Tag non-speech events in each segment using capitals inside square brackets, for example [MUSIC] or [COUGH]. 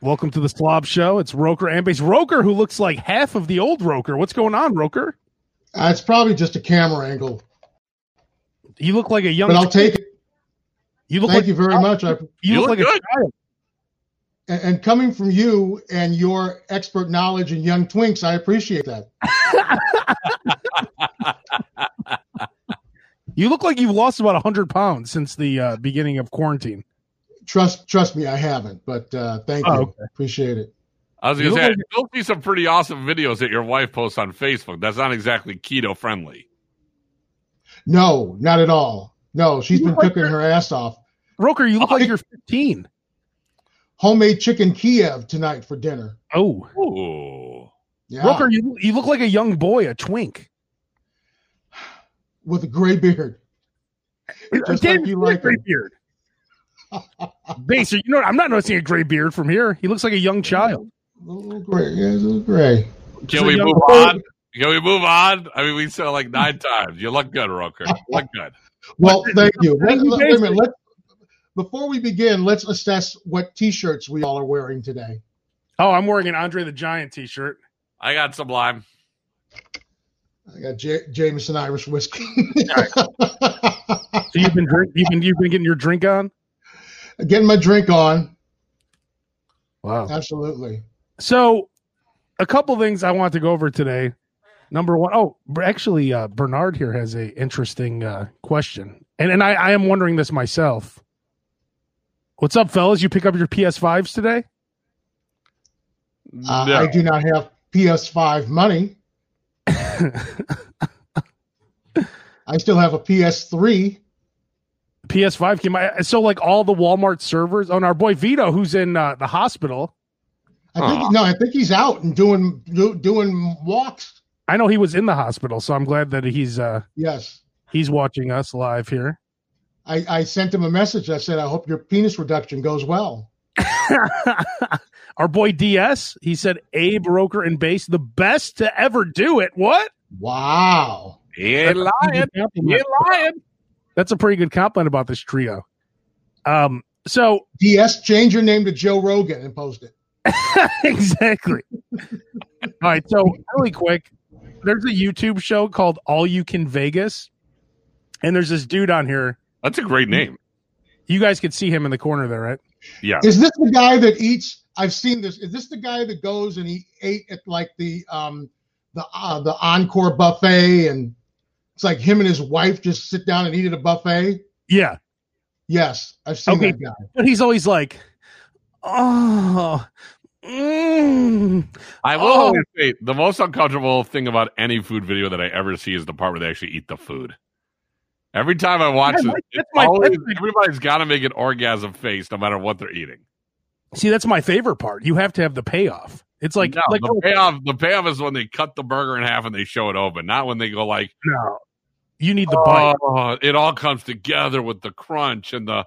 Welcome to the Slob Show. It's Roker and Base. Roker, who looks like half of the old Roker. What's going on, Roker? Uh, it's probably just a camera angle, You look like a young. but I'll take it. You look Thank like you very much. I, you, You look, look like good. a child. and- and coming from you and your expert knowledge in young twinks, I appreciate that. You look like you've lost about hundred pounds since the uh, beginning of quarantine. Trust, trust me, I haven't. But uh, thank Oh, you, okay. appreciate it. I was You going to look say, like- I still see some pretty awesome videos that your wife posts on Facebook. That's not exactly keto friendly. No, not at all. No, she's You been look like cooking you're- her ass off. Roker, you look Oh, like I- you're fifteen. Homemade chicken Kiev tonight for dinner. Oh, Ooh. Yeah, Roker, you you look like a young boy, a twink. with a gray beard. Just Damn, like you you look like gray him. beard. [LAUGHS] Base, you know what? I'm not noticing a gray beard from here. He looks like a young child. A little gray. Yeah, a little gray. Can So we young- move on? Can we move on? I mean, we said it [LAUGHS] like nine times. You look good, Roker. You look good. Well, thank you. Thank Let- you, let- wait a minute. Jason. Let, before we begin, let's assess what T-shirts we all are wearing today. Oh, I'm wearing an Andre the Giant T-shirt. I got some lime. I got J- Jameson Irish whiskey. So you've been drink, you've been you've been getting your drink on. [LAUGHS] Getting my drink on. Wow. Absolutely. So, a couple things I want to go over today. Number one, oh, b- actually, uh, Bernard here has a interesting uh, question, and and I, I am wondering this myself. What's up, fellas? You pick up your PS5s today? Uh, No. I do not have PS5 money. I still have a PS3. PS5 came out, so like all the Walmart servers. On our boy Vito, who's in uh, the hospital, I think Aw. no, I think he's out and doing do, doing walks. I know he was in the hospital, so I'm glad that he's uh, Yes. he's watching us live here. [LAUGHS] I, I sent him a message. I said, I hope your penis reduction goes well. Our boy DS, he said Abe Roker and Base, the best to ever do it. What? Wow. He ain't lying. He ain't lying. That's a pretty good compliment about this trio. Um, so [LAUGHS] DS, change your name to Joe Rogan and post it. exactly. All right, so really quick, there's a YouTube show called All You Can Vegas, and there's this dude on here. That's a great name. You guys could see him in the corner there, right? Yeah. Is this the guy that eats? I've seen this. Is this the guy that goes and he ate at like the um the uh, the encore buffet and it's like him and his wife just sit down and eat at a buffet? Yeah, Yes, I've seen Okay. that guy. but he's always like, oh, mm, I will Oh. always say the most uncomfortable thing about any food video that I ever see is the part where they actually eat the food. Every time I watch Yeah, it, like, it's that's my- always- that's my- everybody's got to make an orgasm face no matter what they're eating. See, that's my favorite part. You have to have the payoff. It's like, No, like oh, the oh, payoff, the payoff is when they cut the burger in half and they show it open, not when they go like, no, you need the bite. oh, it all comes together with the crunch and the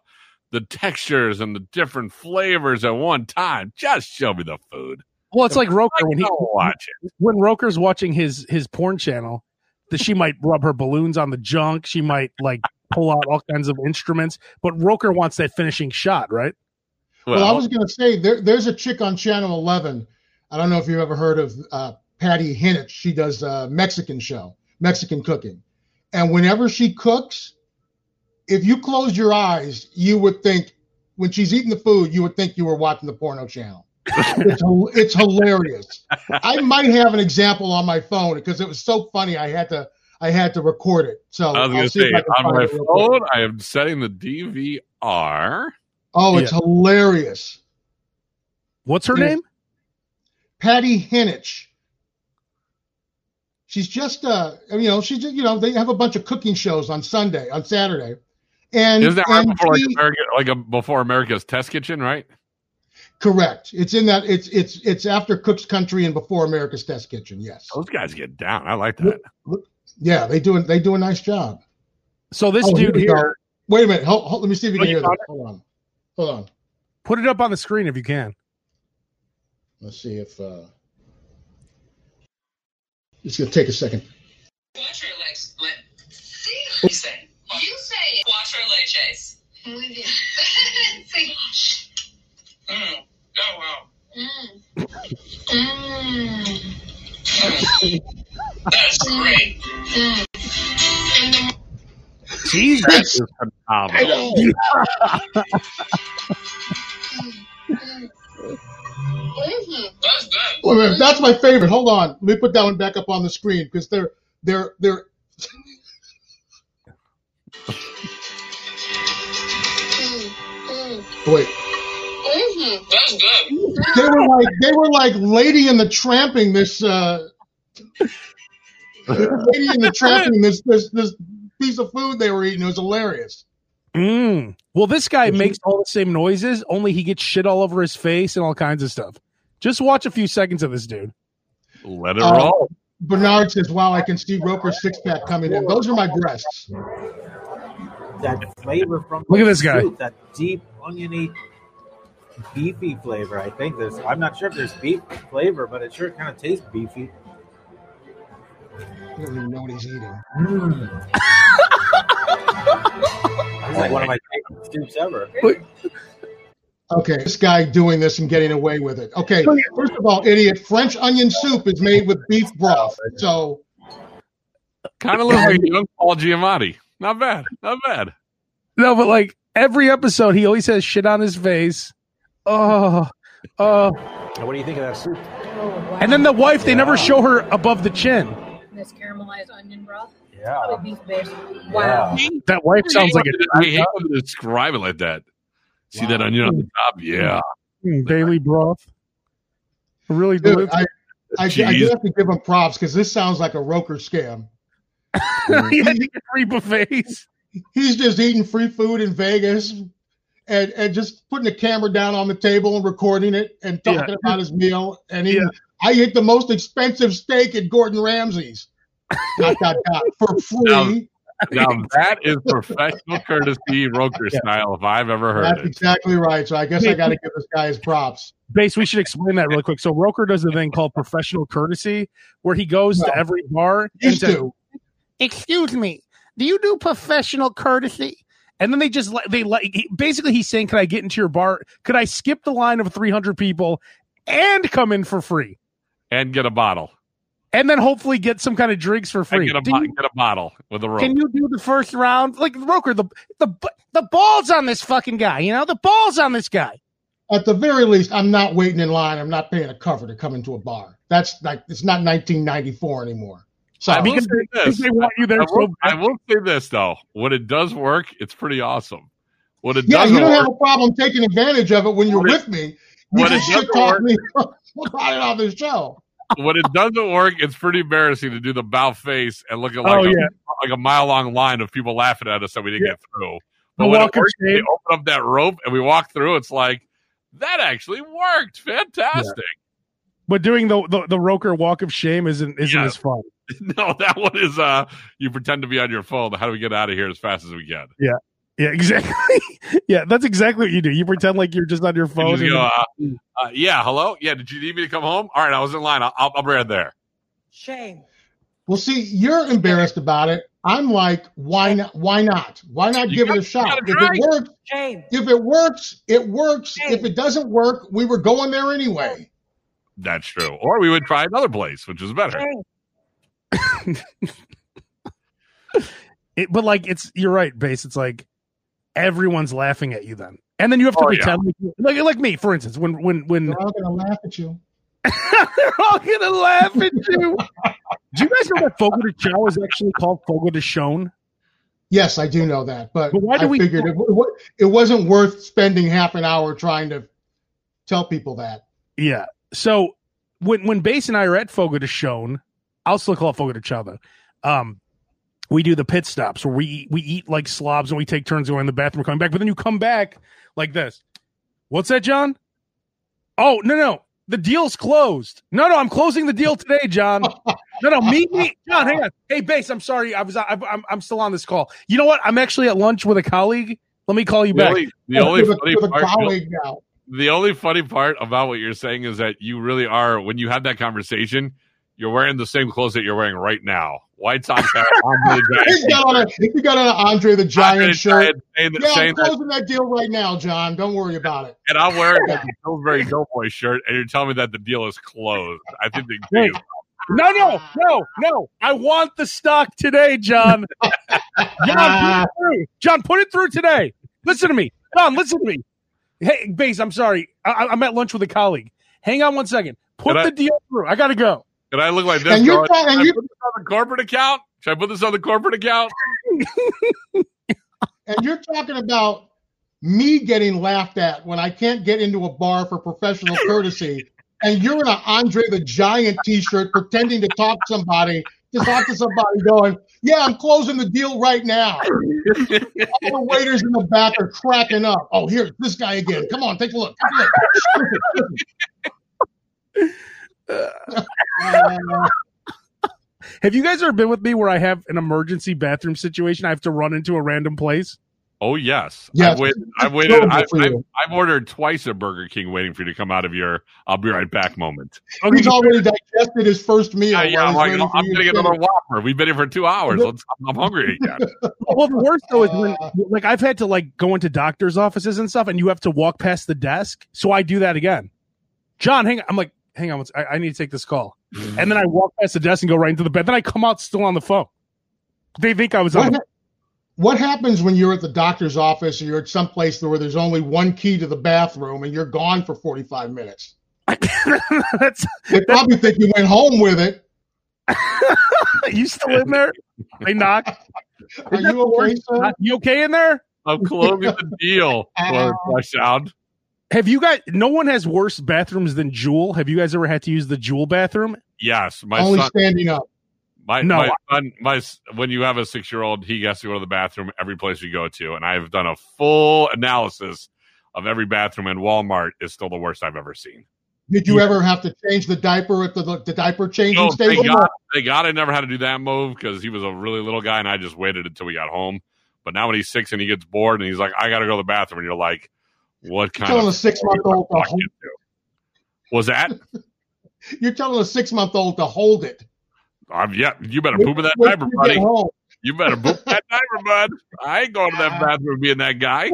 the textures and the different flavors at one time. Just show me the food. Well, it's like I Roker when don't he watch it. when Roker's watching his his porn channel, that she might rub her balloons on the junk. She might like pull out all kinds of instruments. But Roker wants that finishing shot, right? Well, I was gonna say there, there's a chick on Channel 11. I don't know if you've ever heard of uh, Patty Hinnich. She does a Mexican show, Mexican cooking, and whenever she cooks, if you closed your eyes, you would think when she's eating the food, you would think you were watching the porno channel. it's, hil- it's hilarious. I might have an example on my phone because it was so funny. I had to I had to record it. So I was I'll going to see if say, I can on find my it real quick. phone, I am setting the DVR. Oh, it's hilarious. What's her Yeah. name? Patty Hinnich. She's just, uh, you know, she just, you know, they have a bunch of cooking shows on Sunday, on Saturday, and Isn't that right and before like, she- America, like a, before America's Test Kitchen, right? correct. It's in that it's it's it's after Cook's Country and before America's Test Kitchen. Yes, Those guys get down. I like that. yeah, they do they do a nice job. So this Oh, here dude we here, go. Wait a minute, hold, hold, let me see if you Oh, can you hear found that. Hold on, hold on. put it up on the screen if you can. Let's see if uh, it's gonna take a second. Watch her legs split. You say. You say it. Watch her leg [LAUGHS] chase. Muy bien. sí. Mm. Oh, wow. Mm. Mm. That's great. Mm. And the Jesus. It's phenomenal. mm. Oh, Mhm. That's good. Wait a minute, that's my favorite. Hold on, let me put that one back up on the screen because they're they're they're [LAUGHS] Mm. Mm. wait. Mhm. That's good. They were like they were like Lady in the Tramping. This uh, Lady in the Tramping. This this this piece of food they were eating it was hilarious. Mm. Well, this guy Did you- makes all the same noises, only he gets shit all over his face and all kinds of stuff. Just watch a few seconds of this dude. Let it Uh, roll. Bernard says, "Wow, I can see Roper's six pack coming in. Those are my breasts." that flavor from Look at the this guy. soup, that deep oniony beefy flavor i think there's i'm not sure if there's beef flavor but it sure kind of tastes beefy I don't even know what he's eating. it's like one of my favorite soups ever Okay, this guy doing this and getting away with it. Okay, first of all, idiot. French onion soup is made with beef broth, so Kind of looks like young Paul Giamatti. Not bad. Not bad. No, but like every episode, he always has shit on his face. Oh, oh. what do you think of that soup Oh, wow. And then the wife, they never show her above the chin. this caramelized onion broth. yeah Probably beef based. Wow. That wife sounds like I hate when they describe it like that. See that Wow. onion on the top? Yeah. a daily broth. Really dude, delicious. I, I, I do Jeez. have to give him props because this sounds like a Roker scam. [LAUGHS] he had to get three buffets. he's just eating free food in Vegas and and just putting the camera down on the table and recording it and talking Yeah. about his meal and he Yeah. I ate the most expensive steak at Gordon Ramsay's. dot, dot, dot, for free. [LAUGHS] Now that is professional courtesy Roker style if I've ever heard That's it. exactly right. So I guess I got to give this guy his props. Base, we should explain that real quick. So Roker does a thing called professional courtesy, where he goes to every bar and These says, two. "Excuse me, do you do professional courtesy?" And then they just let they let he- basically he's saying, "Can I get into your bar? Could I skip the line of three hundred people and come in for free, And get a bottle. and then hopefully get some kind of drinks for And free?" get a, Do bo- you- get a bottle with a rope. Can you do the first round? Like Roker, the the the balls on this fucking guy. You know the balls on this guy. At the very least, I'm not waiting in line. I'm not paying a cover to come into a bar. That's like it's not 1994 anymore. So I will because say Because this. they want you there I so will, bad. I will say this though. When it does work, it's pretty awesome. When it yeah, doesn't you don't work, have a problem taking advantage of it when you're What it- with me. You what it just shit doesn't talk work- me about [LAUGHS] it on this show. when it doesn't work, it's pretty embarrassing to do the bow face and look at like, oh a, yeah, like a mile long line of people laughing at us that we didn't get through. But the when it walk of works, they shame. open up that rope and we walk through, it's like that actually worked. Fantastic. But doing the, the the Roker walk of shame isn't isn't Yeah. [LAUGHS] as fun. no, that one is uh you pretend to be on your phone. How do we get out of here as fast as we can? Yeah, [LAUGHS] exactly. yeah, that's exactly what you do. You pretend like you're just on your [LAUGHS] And phone. you just and- go, uh, uh, yeah, hello? Yeah, did you need me to come home? All right, I was in line. I'll, I'll, I'll be right there. Shame. Well, see, you're embarrassed about it. I'm like, why not? Why not? Why not You give it gotta- a shot? gotta If try. it works, Shame. if it works, it works. Hey. If it doesn't work, we were going there anyway. That's true. Or we would try another place, which is better. Shame. it, but like it's you're right, base. It's like everyone's laughing at you then, and then you have to Oh, yeah. pretend like you- like like me, for instance, when when when They're all gonna laugh at you. [LAUGHS] they're all gonna laugh at you. do you guys know that Fogo de Chao is actually called Fogo de Shone? Yes, I do know that, but, But why do I we- figured it, wa- it wasn't worth spending half an hour trying to tell people that. Yeah. So when when Bass and I are at Fogo de Shone, I'll still call it Fogo de Chao though. Um, we do the pit stops where we we eat like slobs and we take turns going in the bathroom, coming back. But then you come back like this. What's that, John? Oh no no, the deal's closed. No no, I'm closing the deal today, John. No no, meet me, John. Hang on. Hey, Bass, I'm sorry, I was I, I'm I'm still on this call. You know what? I'm actually at lunch with a colleague. Let me call you The back. only, the only With a- funny with a part, colleague now. the only funny part about what you're saying is that you really are when you have that conversation, you're wearing the same clothes that you're wearing right now. White Sox have Andre [LAUGHS] the He Giant. got on a he got on an Andre the Andre the Giant shirt. Giant saying that, Yeah, I'm saying that, closing that deal right now, John. Don't worry about it. and I'm wearing Yeah. the Pillsbury Doughboy shirt, and you're telling me that the deal is closed. I think they Hey. do. No, no, no, no. I want the stock today, John. Uh, John, put it through. John, put it through today. Listen to me. John, listen to me. Hey, Base, I'm sorry. I- I- I'm at lunch with a colleague. Hang on one second. Put Can I- the deal through. I got to go. And I look like this. And you're going, trying- and "Should I you- put this on the corporate account? Should I put this on the corporate account? And you're talking about me getting laughed at when I can't get into a bar for professional courtesy, and you're in an Andre the Giant T-shirt pretending to talk to somebody to talk to somebody, going, "Yeah, I'm closing the deal right now." All the waiters in the back are cracking up. Oh, here's this guy again. Come on, take a look. Take a look. Uh, Have you guys ever been with me where I have an emergency bathroom situation? I have to run into a random place? Oh yes, Yes. I've waited. I've, That's waited terrible I've, for I've, you. I've ordered twice at Burger King, waiting for you to come out of your "I'll be right back" moment. Okay, he's already digested his first meal. Yeah, yeah, while I'm, he's like, waiting for I'm you gonna to get finish. another Whopper. We've been here for two hours. Let's, I'm hungry again. well, the worst though is when, like, I've had to like go into doctors' offices and stuff, and you have to walk past the desk. So I do that again. John, hang on. I'm like, hang on. one sec- I, I need to take this call, and then I walk past the desk and go right into the bed. Then I come out still on the phone. They think I was on. What, hap- what happens when you're at the doctor's office or you're at some place where there's only one key to the bathroom and you're gone for 45 minutes? [LAUGHS] That's They probably think you went home with it. you still in there? They knock. Are Isn't that you the okay, worst? sir? You okay in there? I'm closing the [LAUGHS] deal. Or flush out. Have you guys? No one has worse bathrooms than Jewel. Have you guys ever had to use the Jewel bathroom? Yes, my Only son. standing up. My, No, my I- son. My s- when you have a six year old, he has to go to the bathroom every place we go to, and I've done a full analysis of every bathroom, and Walmart is still the worst I've ever seen. Did you ever have to change the diaper at the, the, diaper changing Oh, station? thank God, thank God I never had to do that move because he was a really little guy and I just waited until we got home. But now when he's six and he gets bored and he's like, I got to go to the bathroom. And you're like, what kind telling a of six-month-old to fuck hold- you do? Was that? You're telling a six-month-old to hold it. I'm, yeah, you better Wait- poop in that wait diaper, till you get buddy. home. You better poop in that diaper, bud. I ain't going to [LAUGHS] that bathroom being that guy.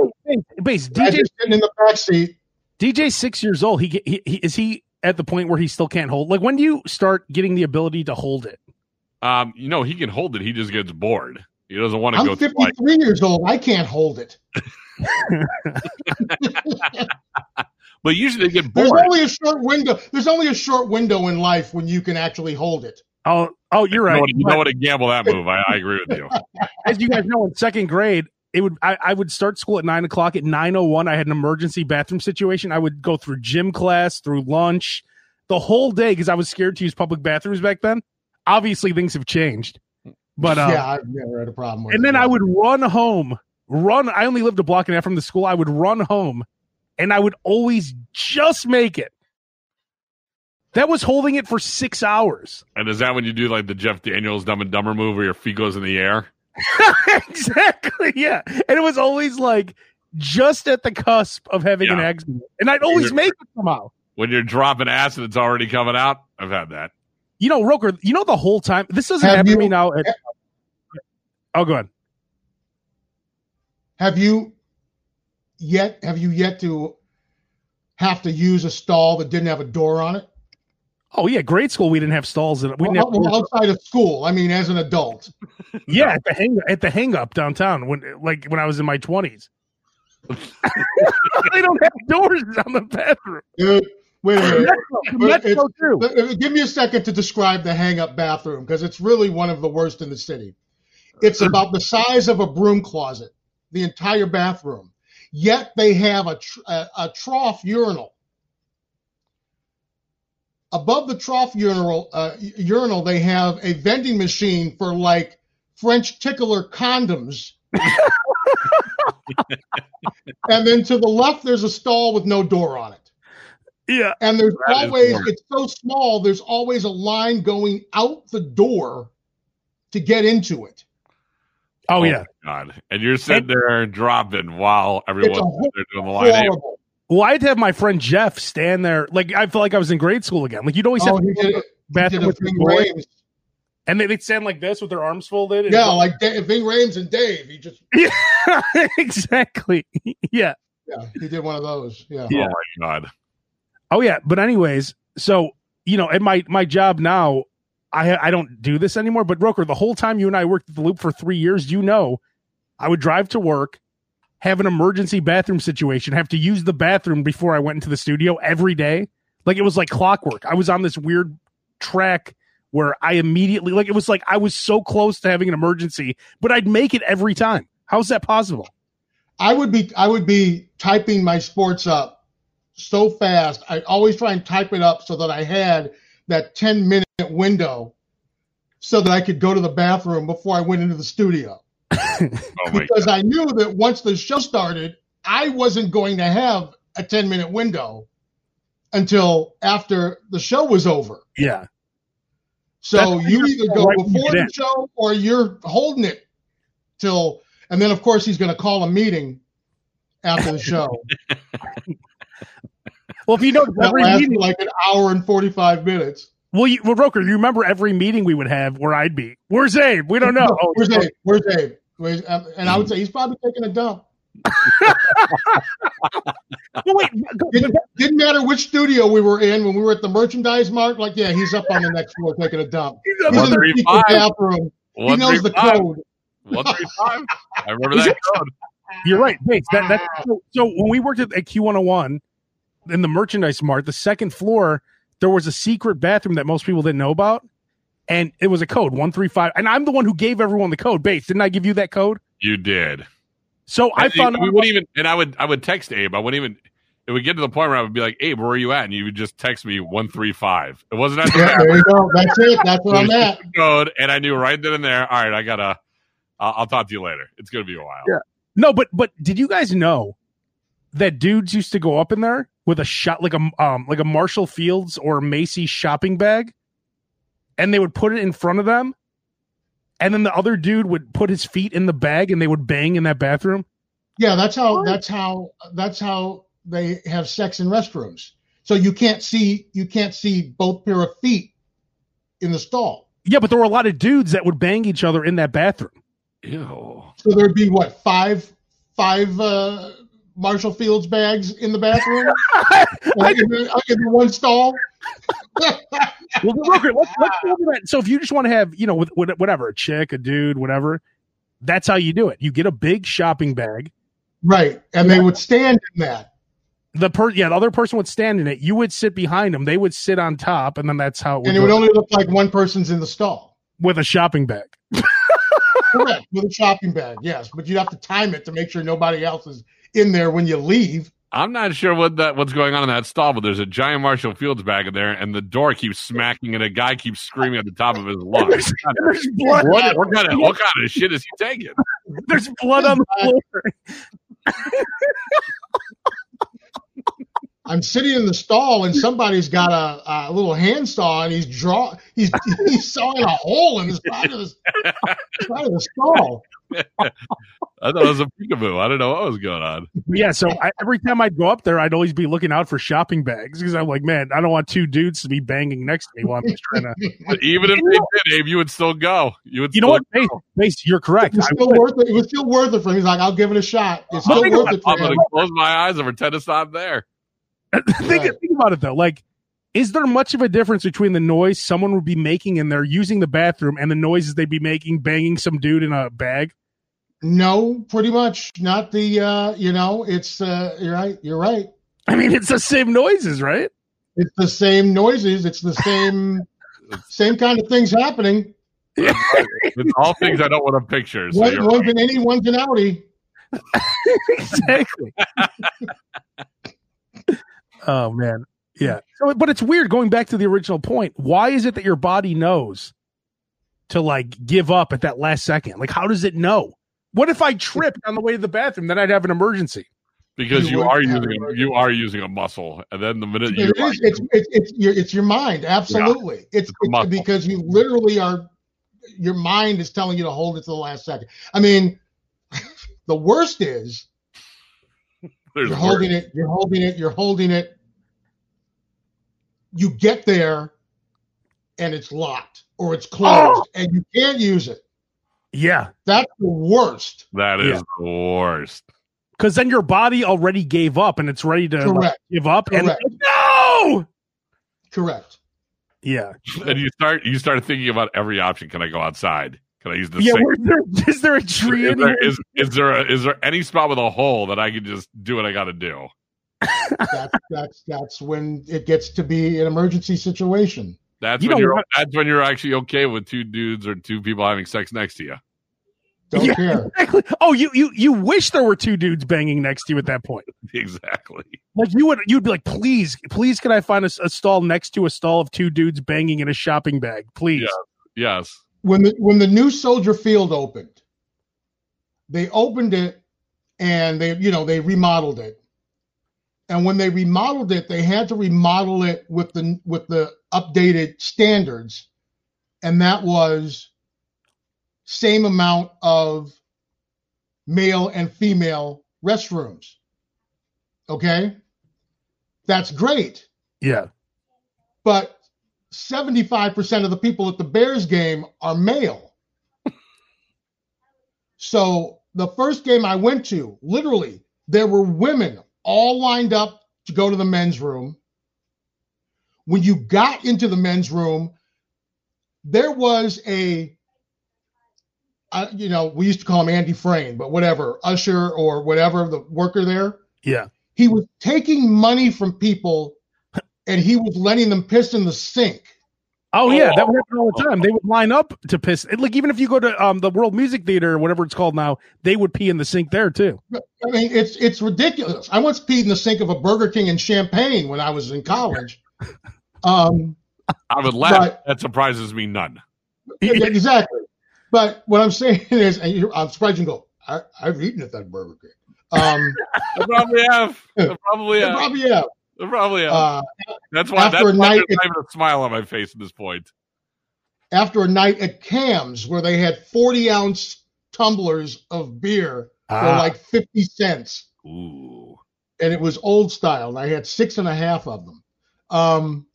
Base Guys DJ are sitting in the back seat. DJ's six years old. He, ge- he, he is he at the point where he still can't hold. Like when do you start getting the ability to hold it? Um, you know, he can hold it. He just gets bored. He doesn't want to go I'm through like 53 years old. I can't hold it. But usually they get There's bored. only a short window. There's only a short window in life when you can actually hold it. Oh, oh, you're You know right. what- You know what to gamble that move. I, I agree with you. As you guys know, in second grade, it would I, I would start school at nine o'clock. At nine o one, I had an emergency bathroom situation. I would go through gym class, through lunch, the whole day because I was scared to use public bathrooms back then. Obviously, things have changed, but uh, yeah, I've never had a problem with it. and then I would run home. Run. I only lived a block and a half from the school. I would run home, and I would always just make it. That was holding it for six hours. [LAUGHS] And is that when you do like the Jeff Daniels Dumb and Dumber move where your feet goes in the air? exactly. Yeah, and it was always like just at the cusp of having an Yeah. accident, and I'd always Either- make it somehow. When you're dropping acid, it's already coming out. I've had that. You know, Roker. You know the whole time. This doesn't Have happen to you- me now. At, oh, go ahead. Have you yet? Have you yet to have to use a stall that didn't have a door on it? Oh yeah, grade school. We didn't have stalls. And we didn't have Well, well, outside of school, I mean, as an adult. Yeah, at the hang at the hang up downtown when like when I was in my [LAUGHS] twenties. they don't have doors on the bathroom. Dude, wait a minute. Metro, the Metro too. Let- let- uh, Give me a second to describe the hang-up bathroom because it's really one of the worst in the city. It's about the size of a broom closet, the entire bathroom. Yet they have a tr- a, a trough urinal. Above the trough urinal, uh, u- urinal, they have a vending machine for like French tickler condoms. and then to the left, there's a stall with no door on it. Yeah, And there's That is always smart. it's so small. There's always a line going out the door to get into it. oh yeah. my God. And you're sitting there dropping while It's a everyone's horrible. there doing the line. Oh, eight. Well, I'd have my friend Jeff stand there. Like I felt like I was in grade school again. Like you'd always Oh, have he did, to it- bathroom did a with thing the boy. raves. And they, they'd stand like this with their arms folded. and- Yeah, like da- Ving Rames and Dave. He just yeah, [LAUGHS] exactly. Yeah. yeah, he did one of those. Yeah. Yeah. Oh my god. Oh yeah, but anyways, so you know, at my my job now, I I don't do this anymore. But Roker, the whole time you and I worked at the Loop for three years, you know, I would drive to work, have an emergency bathroom situation, have to use the bathroom before I went into the studio every day. Like it was like clockwork. I was on this weird track where I immediately like it was like I was so close to having an emergency, but I'd make it every time. How's that possible? I would be I would be typing my sports up so fast. I always try and type it up so that I had that 10 minute window so that I could go to the bathroom before I went into the studio. Oh my Because god. I knew that once the show started, I wasn't going to have a 10 minute window until after the show was over. Yeah. So That's you either go right when you get before the in. show or you're holding it till, and then of course he's going to call a meeting after the show. Well, if you know [LAUGHS] that every lasted meeting- like an hour and 45 minutes. Well, you, well, Roker, you remember every meeting we would have where I'd be. Where's Abe? We don't know. Oh, [LAUGHS] Where's Dave? Where's Dave? Where's, um, and I would say he's probably taking a dump. Oh, well, wait, Didn't, didn't matter which studio we were in when we were at the merchandise mart. Like, yeah, he's up on the next floor taking a dump. He's in the secret 135. bathroom. He One, knows three, the five. code. One three five. I remember Is that it- code. you're right. Thanks. That, that, Ah. so, so when we worked at, at Q101 in the merchandise mart, the second floor, there was a secret bathroom that most people didn't know about. And it was a code 135. And I'm the one who gave everyone the code. Bates, didn't I give you that code? You did. So I And found we out. wouldn't even and I would I would text Abe. I wouldn't even it would get to the point where I would be like, Abe, where are you at? And you would just text me one three five. It wasn't at the [LAUGHS] Yeah, back there you go. That's it. That's where I'm at. code, and I knew right then and there. All right, I gotta. I'll, I'll talk to you later. It's gonna be a while. Yeah. No, but but did you guys know that dudes used to go up in there with a shot like a um like a Marshall Fields or Macy shopping bag, and they would put it in front of them, and then the other dude would put his feet in the bag and they would bang in that bathroom. Yeah, that's how that's how that's how they have sex in restrooms. So you can't see you can't see both pair of feet in the stall. Yeah, but there were a lot of dudes that would bang each other in that bathroom. Ew. So there'd be what five five uh, Marshall Fields bags in the bathroom like in, the, in the one stall. well, Roker, let's, let's go over that. So if you just want to have, you know, with, with whatever, a chick, a dude, whatever, that's how you do it. You get a big shopping bag. right, and they would stand in that. the per yeah the other person would stand in it you would sit behind them they would sit on top and then that's how it would, And it would go. only look like one person's in the stall. with a shopping bag Correct, with a shopping bag, yes. But you'd have to time it to make sure nobody else is in there when you leave. I'm not sure what that what's going on in that stall, but there's a giant Marshall Fields bag in there, and the door keeps smacking, and a guy keeps screaming at the top of his lungs. And [LAUGHS] there's [LAUGHS] blood What, what kind of what kind of shit is he taking? there's blood [LAUGHS] on the floor I'm sitting in the stall and somebody's got a, a little handsaw and he's draw he's [LAUGHS] he's sawing a hole in the side of the, side of the stall. I thought it was a peekaboo. I don't know what was going on. yeah so I, every time i'd go up there i'd always be looking out for shopping bags because i'm like man i don't want two dudes to be banging next to me while i'm just trying to But even if they did, Abe, you would still go. You would. you know still what Base, Base, you're correct It was I still would. worth it. It was still worth it for him. He's like, I'll give it a shot. It's But still think worth it I'm for gonna him. close my eyes and pretend it's not there. [LAUGHS] think, Right. think about it though like is there much of a difference between the noise someone would be making in there using the bathroom and the noises they'd be making banging some dude in a bag No, pretty much not the uh, you know, it's uh, you're right, you're right. i mean it's the same noises right It's the same noises, it's the same same kind of things happening. It's all things I don't want to picture. So One, you're one's right. an any, one's an outie. [LAUGHS] exactly. oh man, yeah. So, but it's weird going back to the original point. Why is it that your body knows to like give up at that last second? Like, how does it know? What if I tripped on the way to the bathroom? Then I'd have an emergency. because You you, would are have using it. you are using a muscle, and then the minute you It is. It's, it's, it's, your, it's your mind. Absolutely. It's, It's a it's muscle. because you literally are, your mind is telling you to hold it to the last second. I mean, [LAUGHS] the worst is there's you're holding words. it, you're holding it, you're holding it. You get there and it's locked or it's closed and you can't use it. Yeah. That's the worst. That is Yeah. the worst. Because then your body already gave up and it's ready to like, Correct. give up. And Correct. no. Correct. Yeah. And you start you start thinking about every option. Can I go outside? Can I use the yeah. sink? Where, there, is there a tree Is in there, here? is, is there a, is there any spot with a hole that I can just do what I got to do? That's [LAUGHS] that's that's when it gets to be an emergency situation. That's You when don't you're want- that's when you're actually okay with two dudes or two people having sex next to you. [LAUGHS] Don't Yeah. care. Exactly. Oh, you you you wish there were two dudes banging next to you at that point. Exactly. Like you would you'd be like, please, please, can I find a, s- a stall next to a stall of two dudes banging in a shopping bag, please? Yes. When the when the new Soldier Field opened, they opened it and they you know they remodeled it. And when they remodeled it, they had to remodel it with the with the updated standards, and that was same amount of male and female restrooms. Okay, that's great. Yeah. but 75% of the people at the Bears game are male. so the first game I went to, literally, there were women all lined up to go to the men's room. When you got into the men's room, there was a, uh, you know, we used to call him Andy Frame, but whatever, usher or whatever, the worker there Yeah. he was taking money from people and he was letting them piss in the sink. Oh yeah, that would happen all the time. They would line up to piss. It- Like even if you go to um the World Music Theater or whatever it's called now, they would pee in the sink there too. I mean, it's it's ridiculous. I once peed in the sink of a Burger King in Champagne when I was in college. Um, I would laugh. But- that surprises me none. [LAUGHS] yeah, exactly. But what I'm saying is, and you I'm surprised you can go. I, I've eaten at that Burger King. Um, I probably have. I [LAUGHS] probably yeah. have. Probably yeah. I probably have. Uh, that's why. after That's a why night- there's not even a smile on my face at this point. after a night at Cam's where they had 40 ounce tumblers of beer for like 50 cents. Ooh. and it was old style, and I had six and a half of them. Um,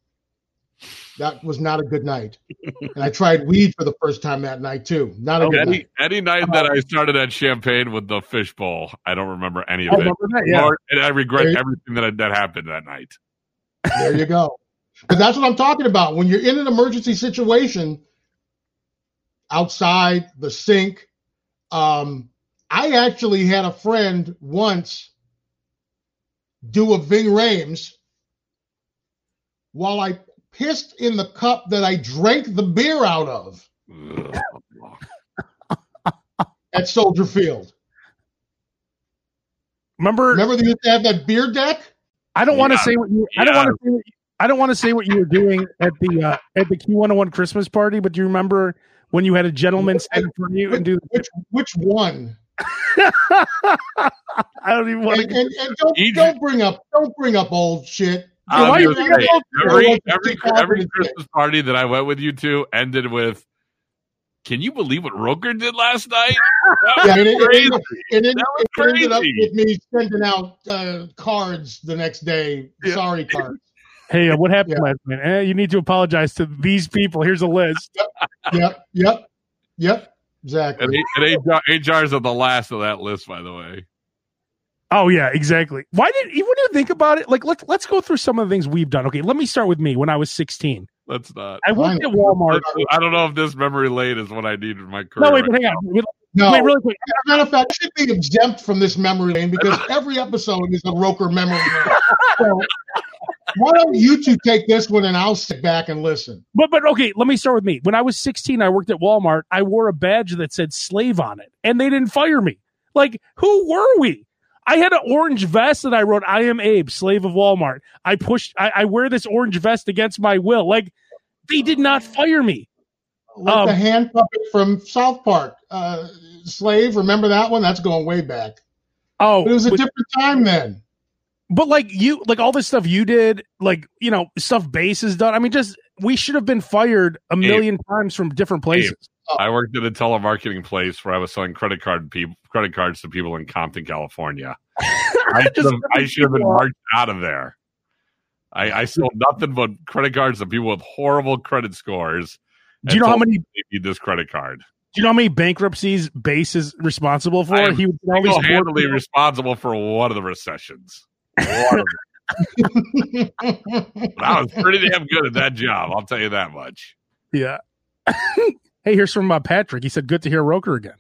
that was not a good night, and I tried weed for the first time that night too. Not a good Any night. any night that I started at champagne with the fishbowl, I don't remember any I of it. Oh, remember that, yeah. Lord, and I regret There- everything that that happened [LAUGHS] that night. There you go. But that's what I'm talking about. When you're in an emergency situation, outside the sink, um, I actually had a friend once do a Ving Rames while I pissed in the cup that I drank the beer out of. Ugh. at Soldier Field. Remember, Remember they used to have that beer deck? I don't want to Yeah. say what you. I don't Yeah. want to. Say what you, I don't want to say what you were doing at the uh, at the Q101 Christmas party, but do you remember when you had a gentleman stand in front of you and do? Which which one? I don't even want And, to. and, and don't, Egypt. don't bring up don't bring up old shit. I'll why be you okay. gotta go every through- every every Christmas party that I went with you to ended with. Can you believe what Roker did last night? Yeah, That and it, was it crazy. ended, it ended- That was it ended up crazy. with me sending out uh, cards the next day. Yeah. Sorry cards. Hey, uh, what happened Yeah. last night? Eh, you need to apologize to these people. Here's a list. yep, yep, yep. And, Exactly. eight, and eight, jar- eight jars are the last of that list, by the way. Oh yeah, exactly. Why did even when you think about it? Like let's let's go through some of the things we've done. Okay, let me start with me when I was 16. Let's not. I worked at Walmart. I don't know if this memory lane is what I need in my career. No, wait, but right hang on. now. Wait, No, wait, really quick. as a matter of fact, I should be exempt from this memory lane because every episode is a Roker memory lane. So, why don't you two take this one and I'll sit back and listen? But but okay, let me start with me. When I was 16, I worked at Walmart. I wore a badge that said slave on it, and they didn't fire me. Like, who were we? I had an orange vest that I wrote, I am Abe, slave of Walmart. I pushed I, I wear this orange vest against my will. Like they did not fire me. like Um, the hand puppet from South Park, uh, Slave. Remember that one? That's going way back. Oh, But it was a but- different time then. [LAUGHS] but like you like all this stuff you did like you know stuff base has done i mean just we should have been fired a million times from different places I worked at a telemarketing place where I was selling credit card people credit cards to [LAUGHS] people in Compton, California. I should Just have I should have been people off. marched out of there. I, I sold nothing but credit cards to people with horrible credit scores. Do you know how and told many? them they need this credit card? Do you know how many bankruptcies Base is responsible for? I am he was all Single these board- handedly [LAUGHS] responsible for one of the recessions. One of them. But I was pretty damn good at that job. I'll tell you that much. Yeah. [LAUGHS] hey, here's from uh, Patrick. He said, "Good to hear Roker again."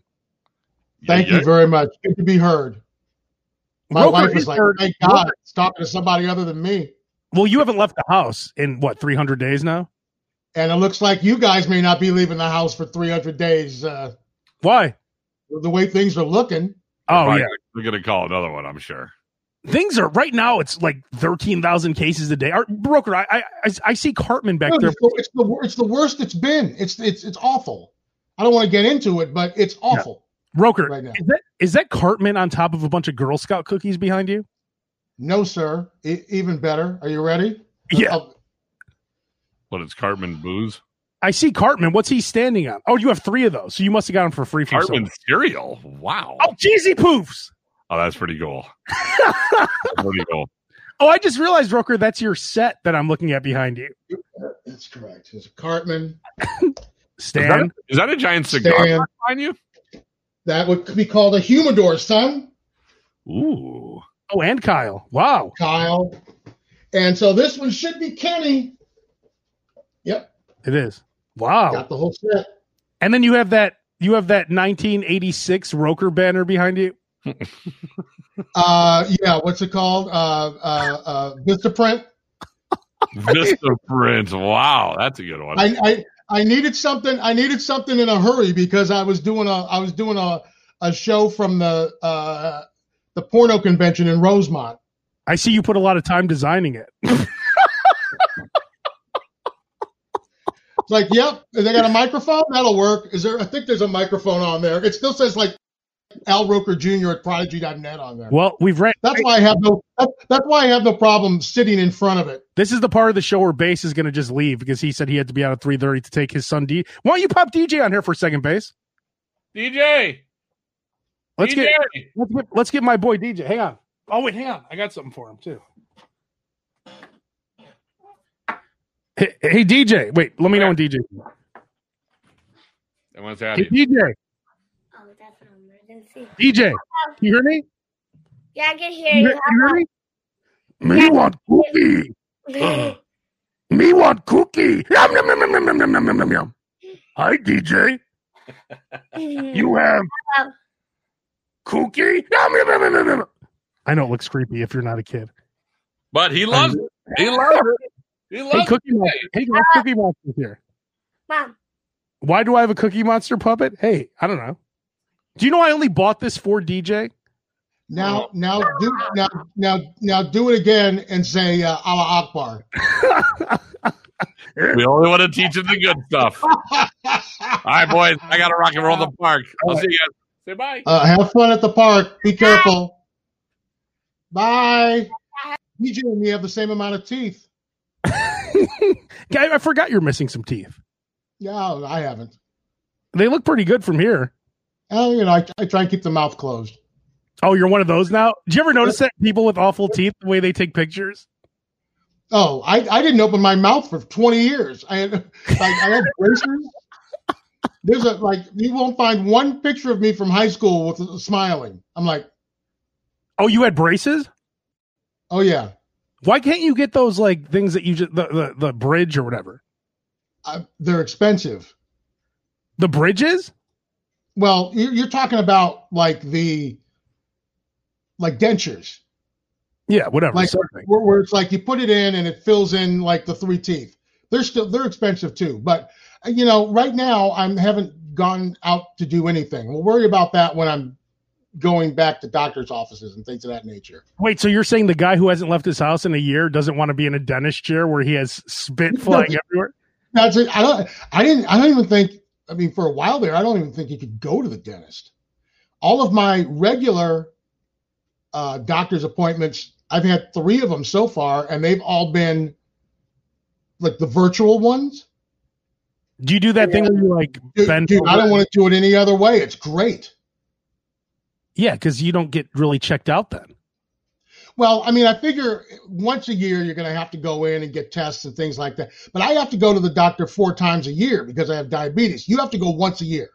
Thank Yeah, you very much. Good to be heard. My Roker wife is was like, heard. "Thank God, Roker- it's talking to somebody other than me." Well, you haven't left the house in what 300 days now. And it looks like you guys may not be leaving the house for 300 days. Uh, Why? the way things are looking, Oh Probably yeah, gonna- We're going to call another one, I'm sure. things are right now. It's like 13,000 cases a day. Our broker, I, I I I see Cartman back Dude, there. it's, the, it's the wor- it's the worst it's been. It's it's it's awful. I don't want to get into it, but it's awful Broker, right now. is that is that Cartman on top of a bunch of Girl Scout cookies behind you? No, sir. E- even better. Are you ready? Yeah, Uh, But it's Cartman Booze. I see Cartman. What's he standing on? Oh, you have three of those, so you must have got them for free from Cartman someone. cereal. Wow. Oh, cheesy poofs. Oh, that's [LAUGHS] pretty cool. That's pretty cool. Oh, I just realized, Roker, that's your set that I'm looking at behind you. that's correct. It's Cartman. Is that, Stan, is that a giant cigar Stan. behind you? That would be called a humidor, son. [LAUGHS] Ooh. oh, and Kyle. Wow. Kyle. And so this one should be Kenny. Yep, It is. Wow. got the whole set. And then you have that you have that 1986 Roker banner behind you. Uh, yeah, what's it called? Uh, uh, uh, Vista Print. Vista Print. Wow. That's a good one. I, I I needed something. I needed something in a hurry because I was doing a I was doing a a show from the uh, the porno convention in Rosemont. I see you put a lot of time designing it. It's like, yep, they got a microphone. That'll work. Is there? I think there's a microphone on there. It still says like Al Roker Jr. at Prodigy.net on there. Well, we've ran That's why I have no. That's, that's why I have no problem sitting in front of it. this is the part of the show where Bass is going to just leave because he said he had to be out at 3:30 to take his son D. Why don't you pop DJ on here for a second, Bass? DJ. Let's DJ. get, let's get let's get my boy DJ. Hang on. Oh wait, hang on. I got something for him too. Hey, hey DJ, wait. Let me know when DJ. I want to say hi Hey, to you. DJ, Oh, that's an emergency. DJ, you hear me? Yeah, I can You hear, hear you hear me? Me want cookie. you. [LAUGHS] Me want cookie. Yum, yum, yum, yum, yum, yum, yum, yum, yum, yum. Hi, DJ. You have Hello. cookie. Yum, yum, yum, yum, yum, yum. I know it looks creepy if you're not a kid. But he loves it. He loves it. Uh, He loves Hey, it. Cookie Monster. Hey, what's Cookie Monster here? Mom, Why do I have a Cookie Monster puppet? Hey, I don't know. Do you know I only bought this for DJ? Now, now, do now, now, now, do it again and say uh, "Allah Akbar." [LAUGHS] We only want to teach him the good stuff. All right, boys. I got to rock and roll the park. I'll see you guys. Say bye. [LAUGHS] Uh, have fun at the park. Be careful. Bye. DJ and me have the same amount of teeth. Guy, I forgot you're missing some teeth. Yeah, I haven't. They look pretty good from here. Oh, you know, I, I try and keep the mouth closed. Oh, you're one of those now? Do you ever notice that people with awful teeth, the way they take pictures? Oh, I, I didn't open my mouth for 20 years. I had, I, I had braces. There's a like you won't find one picture of me from high school with smiling. I'm like, Oh, you had braces? oh yeah, Why can't you get those like things that you just the, the, the bridge or whatever? I, they're expensive. The bridges? Well, you're, you're talking about like the like dentures, Yeah, whatever. Like- something. where, where it's like you put it in and it fills in like the three teeth. They're still they're expensive too, but uh, you know, right now I haven't gone out to do anything. We'll worry about that when I'm going back to doctor's offices and things of that nature. Wait, so you're saying the guy who hasn't left his house in a year doesn't want to be in a dentist chair where he has spit No, flying he- everywhere? That's it. I don't. I didn't. I don't even think. I mean, for a while there, I don't even think you could go to the dentist. All of my regular uh, doctor's appointments, I've had three of them so far, and they've all been like the virtual ones. Do you do that thing where you like Dude, bend? dude, I over? don't want to do it any other way. It's great. yeah, because you don't get really checked out then. Well, I mean, I figure once a year you're going to have to go in and get tests and things like that. But I have to go to the doctor four times a year because I have diabetes. You have to go once a year.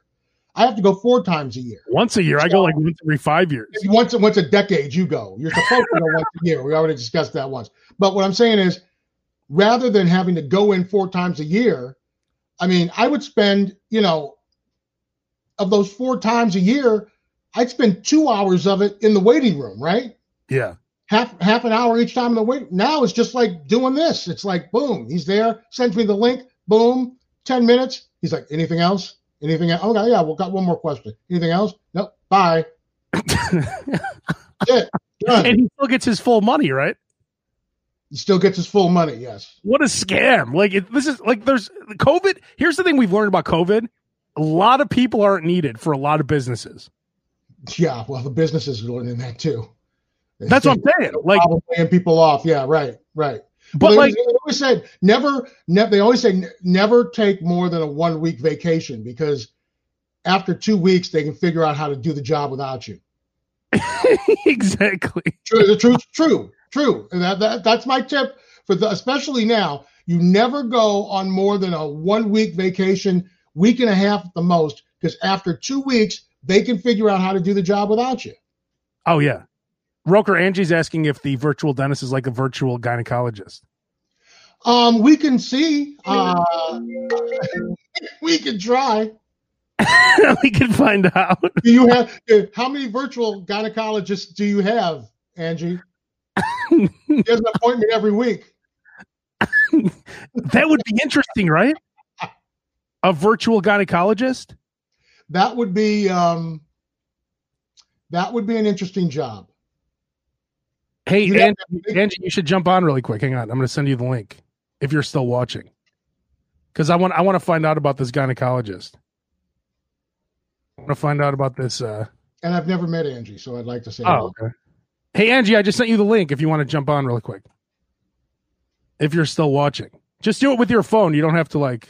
I have to go four times a year. Once a year, I go like once every five years. If you- Once once a decade, you go. You're supposed to go once a year. We already discussed that once. But what I'm saying is, rather than having to go in four times a year, I mean, I would spend, you know, of those four times a year, I'd spend two hours of it in the waiting room, right? Yeah, half half an hour each time in the wait. Now it's just like doing this. It's like boom, he's there, sends me the link, boom, ten minutes. He's like, anything else? Anything else? Okay, yeah, we'll got one more question. Anything else? Nope. [LAUGHS] Bye. That's it. Done. and he still gets his full money, right? He still gets his full money, yes. What a scam! Like it, this is like there's COVID. Here's the thing we've learned about COVID: a lot of people aren't needed for a lot of businesses. Yeah, well the businesses are learning that too. That's what I'm saying. [LAUGHS] Like, probably laying people off. Yeah, right, right. but they, like, [LAUGHS] they always said, never, ne- they always say, "N- never take more than a one week vacation because after two weeks, they can figure out how to do the job without you. exactly. True, the truth, true, true. And that, that, that's my tip for the, especially now, you never go on more than a one week vacation, week and a half at the most, because after two weeks, they can figure out how to do the job without you. Oh yeah, Roker Angie's asking if the virtual dentist is like a virtual gynecologist. [LAUGHS] Um, we can see, uh, [LAUGHS] we can try. we can find out. do you have uh, how many virtual gynecologists do you have [LAUGHS] angie he has an appointment every week That would be interesting, right? A virtual gynecologist. that would be um that would be an interesting job Hey, You'd have Angie, Angie, you should jump on really quick. Hang on, I'm going to send you the link if you're still watching, because I want I want to find out about this gynecologist. I want to find out about this. Uh, and i've never met angie so i'd like to say oh, okay. Hey, Angie, I just sent you the link if you want to jump on really quick. If you're still watching, just do it with your phone. You don't have to like.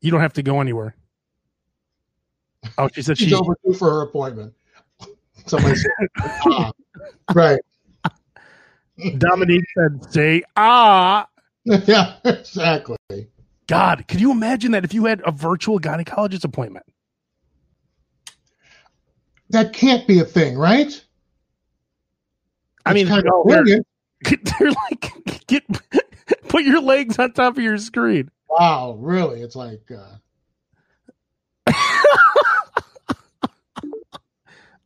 You don't have to go anywhere. Oh, she said she's she. overdue for her appointment [LAUGHS] somebody said ah. right [LAUGHS] Dominique said, "Say ah." yeah exactly God, could you imagine that if you had a virtual gynecologist appointment? that can't be a thing right I mean, kind no, of they're, brilliant. [LAUGHS] they're like, get [LAUGHS] put your legs on top of your screen. wow really it's like uh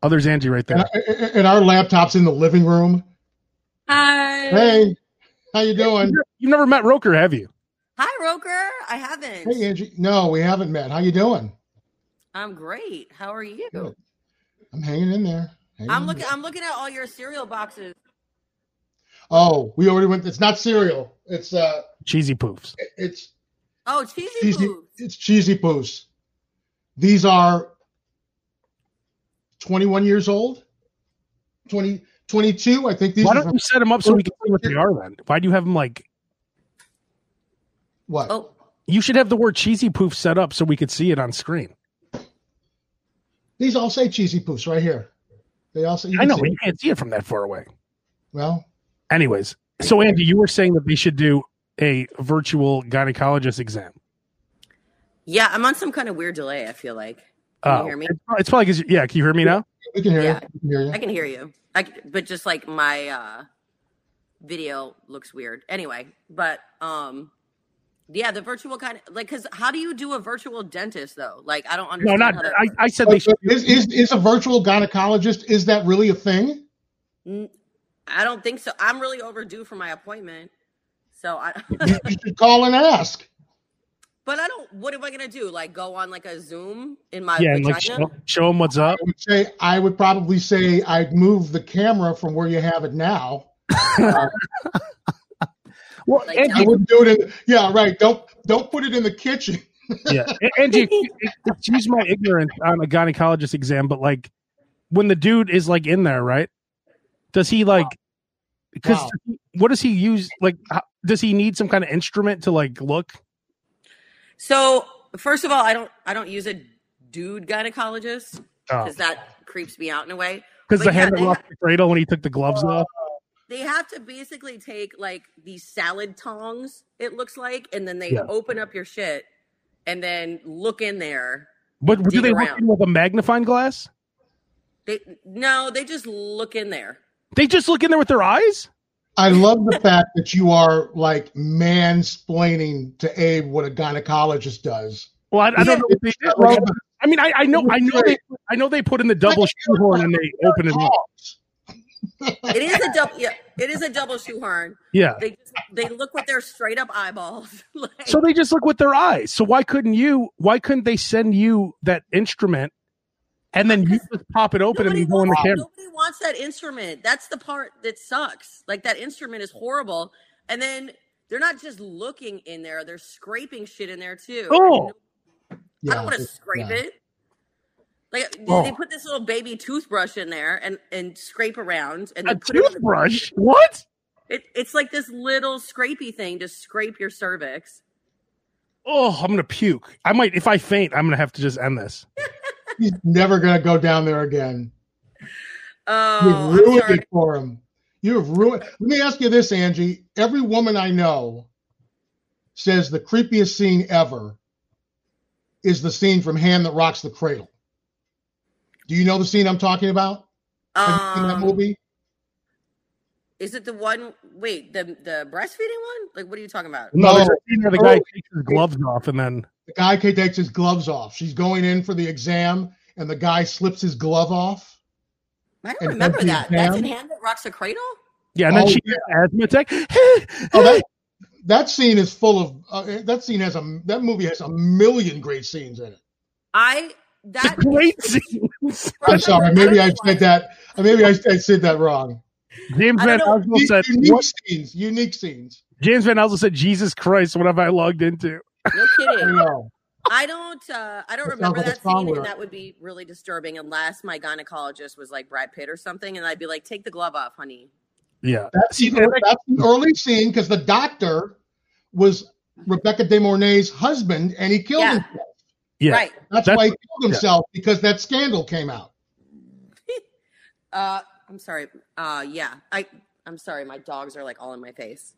Oh, there's Angie right and, there. and our laptops in the living room Hi. hey how you doing You've never met Roker, have you? Hi, Roker. I haven't. Hey Angie, no, we haven't met. How you doing? I'm great. How are you? Good. I'm hanging in there. hanging I'm in looking. there. I'm looking at all your cereal boxes. Oh, we already went. It's not cereal. It's uh, Cheesy poofs. it's Oh, cheesy, cheesy. Poofs. It's cheesy poofs. These are 21 years old. 20, 22. I think these. Why Are don't from, you set them up so we can see what they are then? Why do you have them like? what? Oh, You should have the word cheesy poof set up so we could see it on screen. These all say cheesy poofs right here. They all say. you I can know, see but it. you can't see it from that far away. Well, Anyways, so Angie, you were saying that they should do a virtual gynecologist exam. yeah. I'm on some kind of weird delay. I feel like. Can Oh, you hear me? it's pro- It's probably because, yeah, can you hear me now? we can hear Yeah. you. We can hear you. I can hear you. I c- but just like my uh, video looks weird. Anyway, but um, yeah, the virtual kind of like because how do you do a virtual dentist though? Like I don't No, understand. not, how that I, works. I said But- they should. but Is, is is a virtual gynecologist? Is that really a thing? N- I don't think so. I'm really overdue for my appointment. So I. [LAUGHS] You, you should call and ask. But I don't. What am I gonna do? Like go on like a Zoom in my Yeah, and vagina? like show, show them what's up. I would say I would probably say I'd move the camera from where you have it now. Well, Like, Angie, I wouldn't do it in yeah, right. Don't don't put it in the kitchen. yeah. A- [LAUGHS] Angie, excuse my ignorance on a gynecologist exam, but like when the dude is like in there, right? Does he like? Because what does he use? Like, how, does he need some kind of instrument to like look? so first of all, I don't. I don't use a dude gynecologist Oh, because that creeps me out in a way. Because the But yeah, hand that they- rocked the cradle when he took the gloves off. they have to basically take like these salad tongs it looks like and then they Yeah. open up your shit and then look in there But do dig they look around. in with a magnifying glass? they no they just look in there They just look in there with their eyes? I love the fact that you are like mansplaining to Abe what a gynecologist does. Well, I, I Yeah. don't know what they did. Like, Relevant. I mean, I, I know, I know, they, I know they put in the double shoehorn and they open it up. it is a double yeah it is a double shoehorn Yeah. they just they look with their straight up eyeballs [LAUGHS] like So they just look with their eyes. So why couldn't you? Why couldn't they send you that instrument, and then you just pop it open and nobody you go in the wants, camera? nobody wants that instrument that's the part that sucks like that instrument is horrible and then they're not just looking in there they're scraping shit in there too Oh. I don't want to it's- scrape yeah. it. Like they- Oh. they put this little baby toothbrush in there and and scrape around and A then put it in the- toothbrush? What? It, it's like this little scrapey thing to scrape your cervix. Oh, I'm gonna puke. I might if I faint. I'm gonna have to just end this. He's never going to go down there again. You've Oh, I'm ruined sorry. it for him. You've ruined. Let me ask you this, Angie. Every woman I know says the creepiest scene ever is the scene from Hand That Rocks the Cradle. Do you know the scene I'm talking about? Have you seen that Um, movie? is it the one? Wait, the the breastfeeding one? Like, what are you talking about? No, there's No. a scene where the guy Oh. takes his gloves off and then The guy takes his gloves off. She's going in for the exam, and the guy slips his glove off. I And don't remember empty that. That's in Pam? hand that rocks a cradle. yeah, and then Oh, she gets asthma attack. [LAUGHS] Oh, that, that scene is full of. Uh, that scene has a. That movie has a million great scenes in it. I that Great scenes. I'm sorry. Maybe I said that. Maybe I, I said that wrong. James I Van don't know. Oswald said. unique What? scenes. Unique scenes. James Van Oswald said, "Jesus Christ, what have I logged into?" [LAUGHS] No I kidding. know. I don't. Uh, I don't That sounds remember like a that song scene, lyric. and that would be really disturbing unless my gynecologist was like Brad Pitt or something, and I'd be like, "Take the glove off, honey." Yeah, That's See, the, and I- that's the early scene because the doctor was Rebecca De Mornay's husband, and he killed Yeah. himself. yeah. Right. That's, That's- why he killed himself because that scandal came out. Uh, I'm sorry. Uh, yeah. I I'm sorry. My dogs are like all in my face.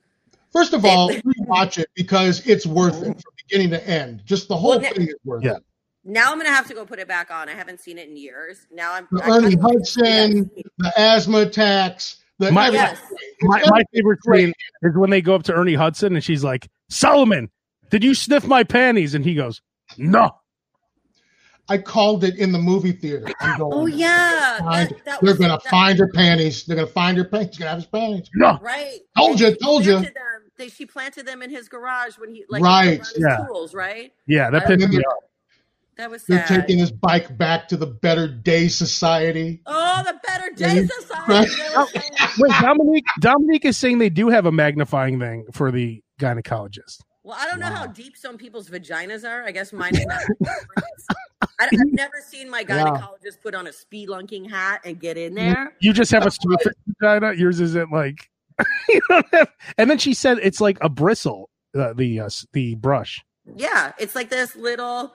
First of all, rewatch it because it's worth it from beginning to end. Just the whole Well, thing is worth Yeah. it. Now I'm gonna have to go put it back on. I haven't seen it in years. Now I'm. The I kinda Ernie like to see that Hudson, scene. the asthma attacks, the My- everything. Yes. my, It's my favorite great. scene is when they go up to Ernie Hudson and she's like, Solomon, did you sniff my panties? And he goes, No. I called it in the movie theater. I'm going, Oh yeah. Find- That, that they're was- gonna that- find her panties. They're gonna find her panties. She's gonna have his panties. Right. [LAUGHS] Told They- ya, she told ya. planted Them. They, she planted them in his garage when he like Right. around his Yeah. tools. Right. Yeah, that I pissed me remember- off. That was They're sad. taking his bike back to the Better Day Society. Oh, the Better Yeah, Day you- Society. Right. That Oh. was so- Wait, Dominique Dominique is saying they do have a magnifying thing for the gynecologist. Well, I don't know how deep some people's vaginas are. I guess mine is not. [LAUGHS] I, I've never seen my gynecologist put on a spelunking hat and get in there. You just have a surface vagina. Yours isn't like [LAUGHS] you don't have and then she said it's like a bristle, uh, the uh, s- the brush. Yeah, it's like this little,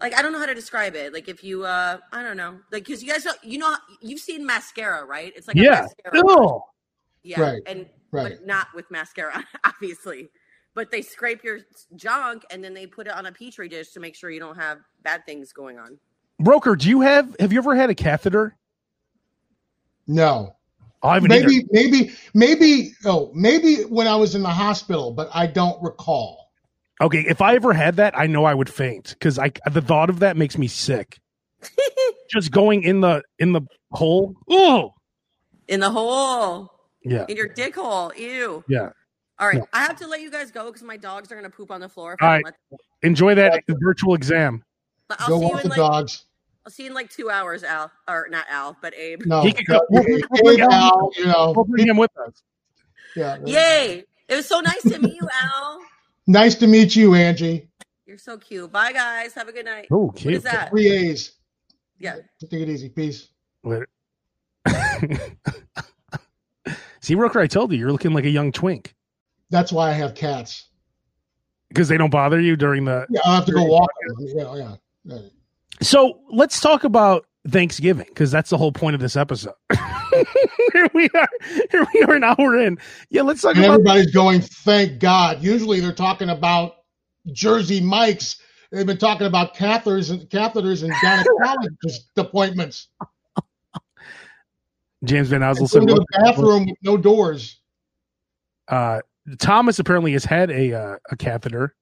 like I don't know how to describe it. Like if you, uh I don't know, like because you guys, don't, you know, you've seen mascara, right? It's like yeah. a mascara. Ew. Yeah, Right, and Right. but not with mascara, [LAUGHS] obviously. But they scrape your junk and then they put it on a petri dish to make sure you don't have bad things going on. Broker, do you have have you ever had a catheter? No. Oh, I haven't Maybe, either. maybe, maybe, oh, maybe when I was in the hospital, but I don't recall. Okay, if I ever had that, I know I would faint because I the thought of that makes me sick. [LAUGHS] Just going in the in the hole. Oh, In the hole. yeah, in your dick hole. Ew. yeah. All right, No. I have to let you guys go because my dogs are gonna poop on the floor. If All I right. don't let them. Enjoy that virtual exam. But I'll Go see you walk the in like dogs. I'll see you in like two hours, Al. Or not Al, but Abe. No. He could go- Yeah, we'll- we'll Abe bring Al- Al, you know, We'll bring him with us. yeah. [LAUGHS] Yay! It was so nice to meet you, Al. Nice to meet you, Angie. You're so cute. Bye, guys. Have a good night. Oh, What cute. is that? Three A's. Yeah. Take it easy. Peace. Later. See, Roker, I told you you're looking like a young twink That's why I have cats. because they don't bother you during the. Yeah, I'll have to go walk. them. Yeah, yeah. So let's talk about Thanksgiving because that's the whole point of this episode. [LAUGHS] here we are. Here we are. An hour in. Yeah, let's talk And about. everybody's going, thank God. Usually they're talking about Jersey Mike's. They've been talking about catheters and catheters and gynecologist [LAUGHS] appointments. James Van Osel Going said to the bathroom with no doors. Uh, Thomas apparently has had a uh, a catheter.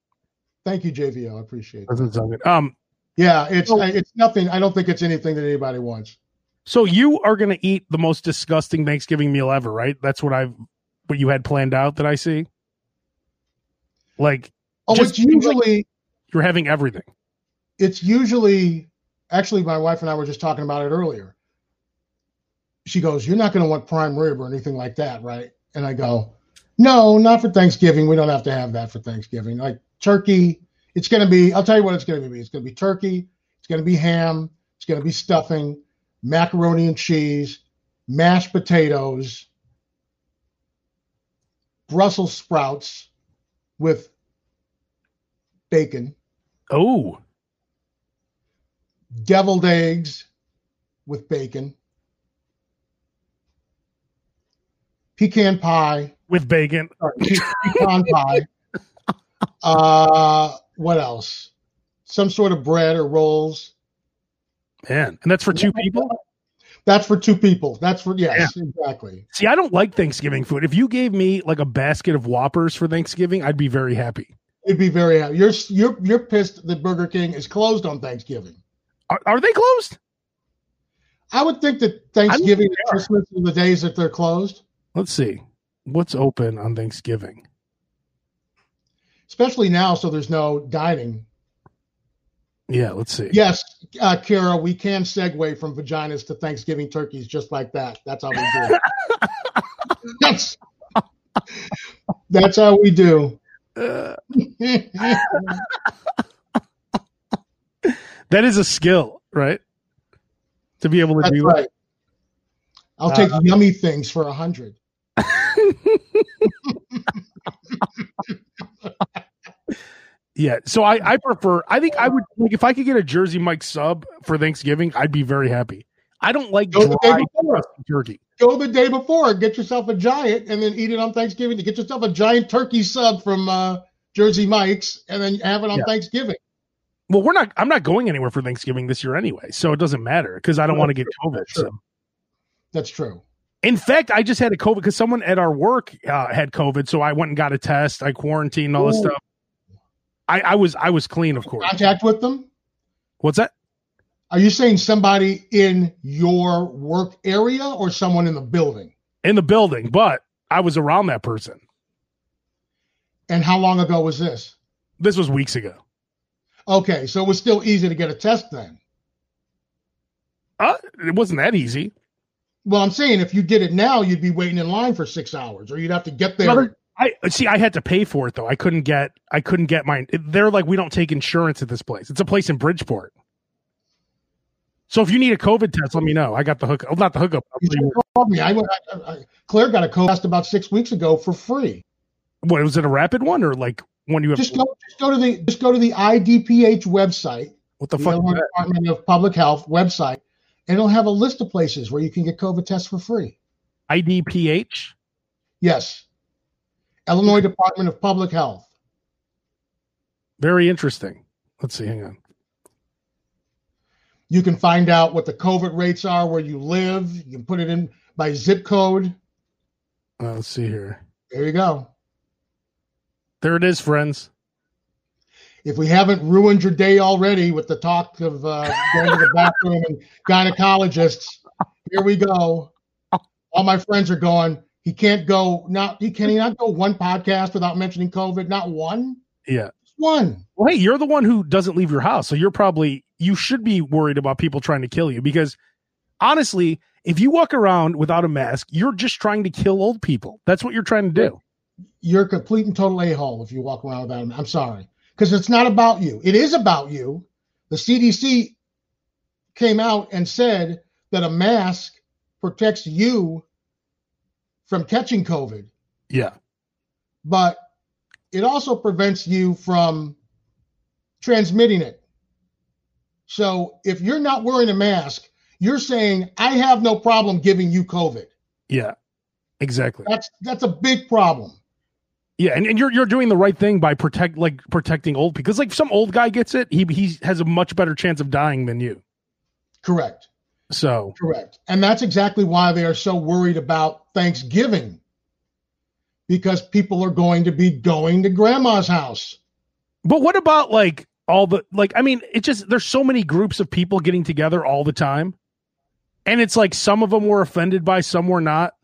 Thank you, JVO. I appreciate it. Doesn't sound good. Um, Yeah, it's Oh. it's nothing. I don't think it's anything that anybody wants. so you are going to eat the most disgusting Thanksgiving meal ever, right? That's what I've what you had planned out that I see. Like Oh, Just it's usually you're having everything. it's usually actually my wife and I were just talking about it earlier. She goes, "You're not going to want prime rib or anything like that, right?" And I go, "No, not for Thanksgiving. We don't have to have that for Thanksgiving. Like turkey, it's going to be. I'll tell you what it's going to be. It's going to be turkey. It's going to be ham. It's going to be stuffing, macaroni and cheese, mashed potatoes, Brussels sprouts with bacon." Oh, deviled eggs with bacon, pecan pie, with bacon. or pe- pecan [LAUGHS] pie. Uh, what else? Some sort of bread or rolls. Man, and that's for two people. That's for two people. That's for yes, exactly. See, I don't like Thanksgiving food. If you gave me like a basket of Whoppers for Thanksgiving, I'd be very happy. It'd be very happy. You're you're you're pissed that Burger King is closed on Thanksgiving. Are, are they closed? I would think that Thanksgiving and sure. Christmas are the days that they're closed, Let's see. What's open on Thanksgiving? especially now, so there's no dining. Yeah, let's see. Yes, uh, Kira, we can segue from vaginas to Thanksgiving turkeys just like that. That's how we do it. that's, that's how we do. Uh, yeah, that is a skill, right? To be able to that's do right. I'll take Uh, yummy things for a hundred. Yeah. So I, I prefer, I think I would, like, if I could get a Jersey Mike sub for Thanksgiving, I'd be very happy. I don't like Go dry the day before. turkey. Go the day before. Get yourself a giant, and then eat it on Thanksgiving. To get yourself a giant turkey sub from uh, Jersey Mike's, and then have it on Yeah. Thanksgiving. Well, we're not, I'm not going anywhere for Thanksgiving this year anyway. So it doesn't matter because I don't Well, want to get COVID. sure. So. That's true. In fact, I just had a COVID because someone at our work uh, had COVID. So I went and got a test. I quarantined all this Ooh. stuff. I, I was, I was clean, of course. Contact with them. What's that? Are you saying somebody in your work area or someone in the building? In the building, but I was around that person. And how long ago was this? This was weeks ago. Okay, so it was still easy to get a test then. Uh, it wasn't that easy. Well, I'm saying if you did it now, you'd be waiting in line for six hours, or you'd have to get there. Well, I see. I had to pay for it though. I couldn't get. I couldn't get mine. They're like, we don't take insurance at this place. It's a place in Bridgeport. So if you need a COVID test, let me know. I got the hook. Oh, not the hookup. I'll you tell you should have called me. I, went- I, I- Claire got a COVID test about six weeks ago for free. what- What was it? A rapid one or like one you have? Just go, just go to the, just go to the IDPH website, what the the fuck? is Illinois that? Department of Public Health website, and it'll have a list of places where you can get COVID tests for free. IDPH. Yes, Illinois Department of Public Health. Very interesting. Let's see. Hang on. You can find out what the COVID rates are where you live. You can put it in by zip code. Uh, let's see here. There you go. There it is, friends. If we haven't ruined your day already with the talk of uh, going to the bathroom and gynecologists, here we go. All my friends are going. He can't go. Not he can he not go one podcast without mentioning COVID. Not one. Yeah. Just one. Well, hey, you're the one who doesn't leave your house, so you're probably you should be worried about people trying to kill you because honestly, if you walk around without a mask, you're just trying to kill old people. That's what you're trying to do. You're a complete and total a hole if you walk around without him. I'm sorry because it's not about you. It is about you. The CDC came out and said that a mask protects you from catching COVID. Yeah. but it also prevents you from transmitting it. So if you're not wearing a mask, You're saying I have no problem giving you COVID. Yeah, exactly. That's that's a big problem. Yeah, and, and you're you're doing the right thing by protect like protecting old people because like if some old guy gets it, he he has a much better chance of dying than you. Correct. So Correct. And that's exactly why they are so worried about Thanksgiving because people are going to be going to grandma's house. But what about like all the like I mean, it just there's so many groups of people getting together all the time. And it's like some of them were offended by, some were not.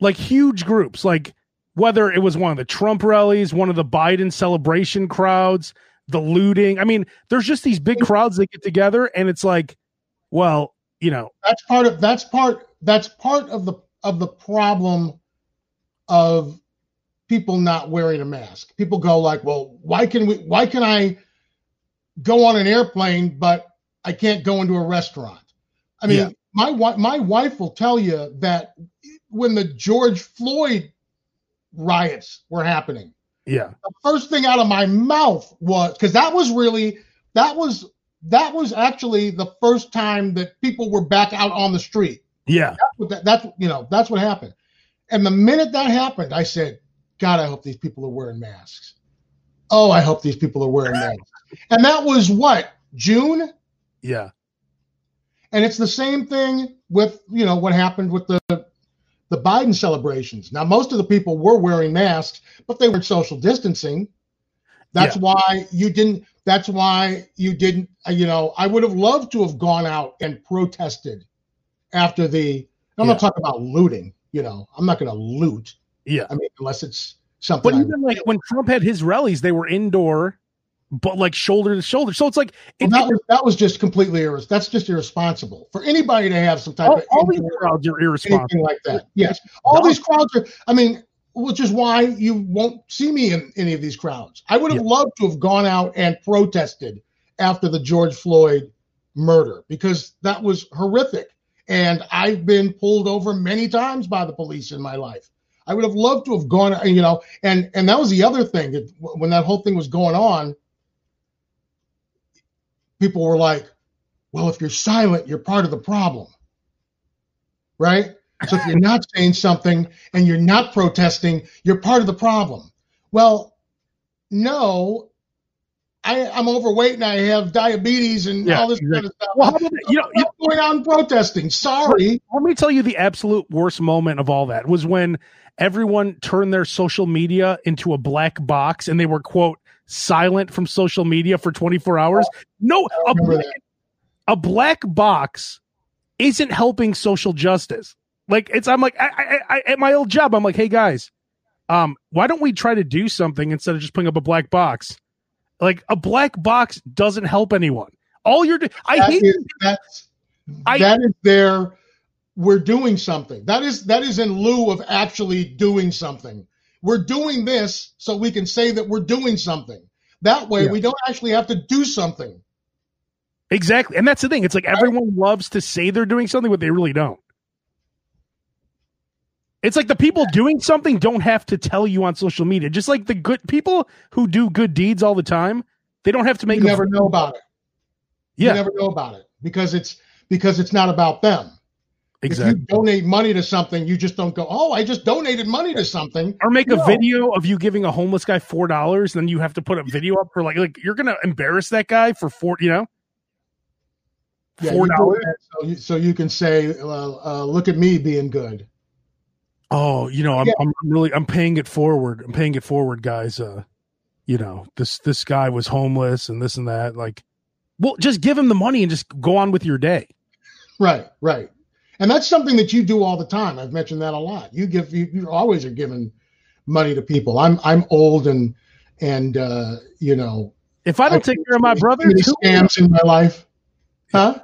Like huge groups, like whether it was one of the Trump rallies, one of the Biden celebration crowds, the looting. I mean, there's just these big crowds that get together and it's like, well, you know, That's part of that's part that's part of the of the problem of people not wearing a mask. People go like, "Well, why can we why can I go on an airplane but I can't go into a restaurant?" I mean, Yeah. my wi- my wife will tell you that when the George Floyd riots were happening, yeah. first thing out of my mouth was because that was really that was that was actually the first time that people were back out on the street. Yeah. That's what that, that's you know that's what happened. And the minute that happened, I said, "God, I hope these people are wearing masks." Oh, I hope these people are wearing masks. and that was what June, Yeah. and it's the same thing with you know what happened with the the Biden celebrations. Now, most of the people were wearing masks, but they were social distancing. That's why you didn't. That's why you didn't. uh, You know, I would have loved to have gone out and protested after the. I'm Yeah. not talking about looting. You know, I'm not going to loot. Yeah. I mean, unless it's something. But I- even like when Trump had his rallies, they were indoor, but like shoulder to shoulder. So it's like Well, it, that was that was just completely irres- That's just irresponsible for anybody to have some type all, of all these indoor- crowds are irresponsible. anything like that. Yes, all these crowds are. I mean, which is why you won't see me in any of these crowds. I would have loved to have gone out and protested after the George Floyd murder because that was horrific, and I've been pulled over many times by the police in my life. I would have loved to have gone, you know, and and that was the other thing that w- when that whole thing was going on, people were like, "Well, if you're silent, you're part of the problem." right? So if you're not saying something and you're not protesting, you're part of the problem. Well, no, I, I'm overweight and I have diabetes and Yeah, all this exactly. kind of stuff. [LAUGHS] Well, how about that? You know, I'm not going out and protesting. Sorry. let me tell you the absolute worst moment of all that was when everyone turned their social media into a black box and they were quote silent from social media for 24 hours no a remember black, a black box isn't helping social justice like it's i'm like I, I, I at my old job i'm like hey guys um why don't we try to do something instead of just putting up a black box like a black box doesn't help anyone all you're do- i That hate is- that's, I- that is their we're doing something. That is that is in lieu of actually doing something. We're doing this so we can say that we're doing something. That way Yeah. we don't actually have to do something. Exactly. And that's the thing. It's like everyone loves to say they're doing something, but they really don't. It's like the people doing something don't have to tell you on social media. Just like the good people who do good deeds all the time, they don't have to make you a- never know about it. yeah, You never know about it because it's because it's not about them. If exactly. you donate money to something, you just don't go, "Oh, I just donated money to something." Or make No. a video of you giving a homeless guy four dollars, then you have to put a video up for like like you're gonna embarrass that guy for four, you know? Yeah, you four do dollars. that So, you, so you can say, uh, uh, "Look at me being good." Oh, you know, I'm, Yeah. I'm really I'm paying it forward. I'm paying it forward, guys. Uh, you know, this this guy was homeless and this and that. Like, well, just give him the money and just go on with your day. Right, right. And that's something that you do all the time. I've mentioned that a lot. You give you, you always are giving money to people. I'm I'm old and and uh, you know If I don't I- take care of my brother, many who- scams in my life. Huh?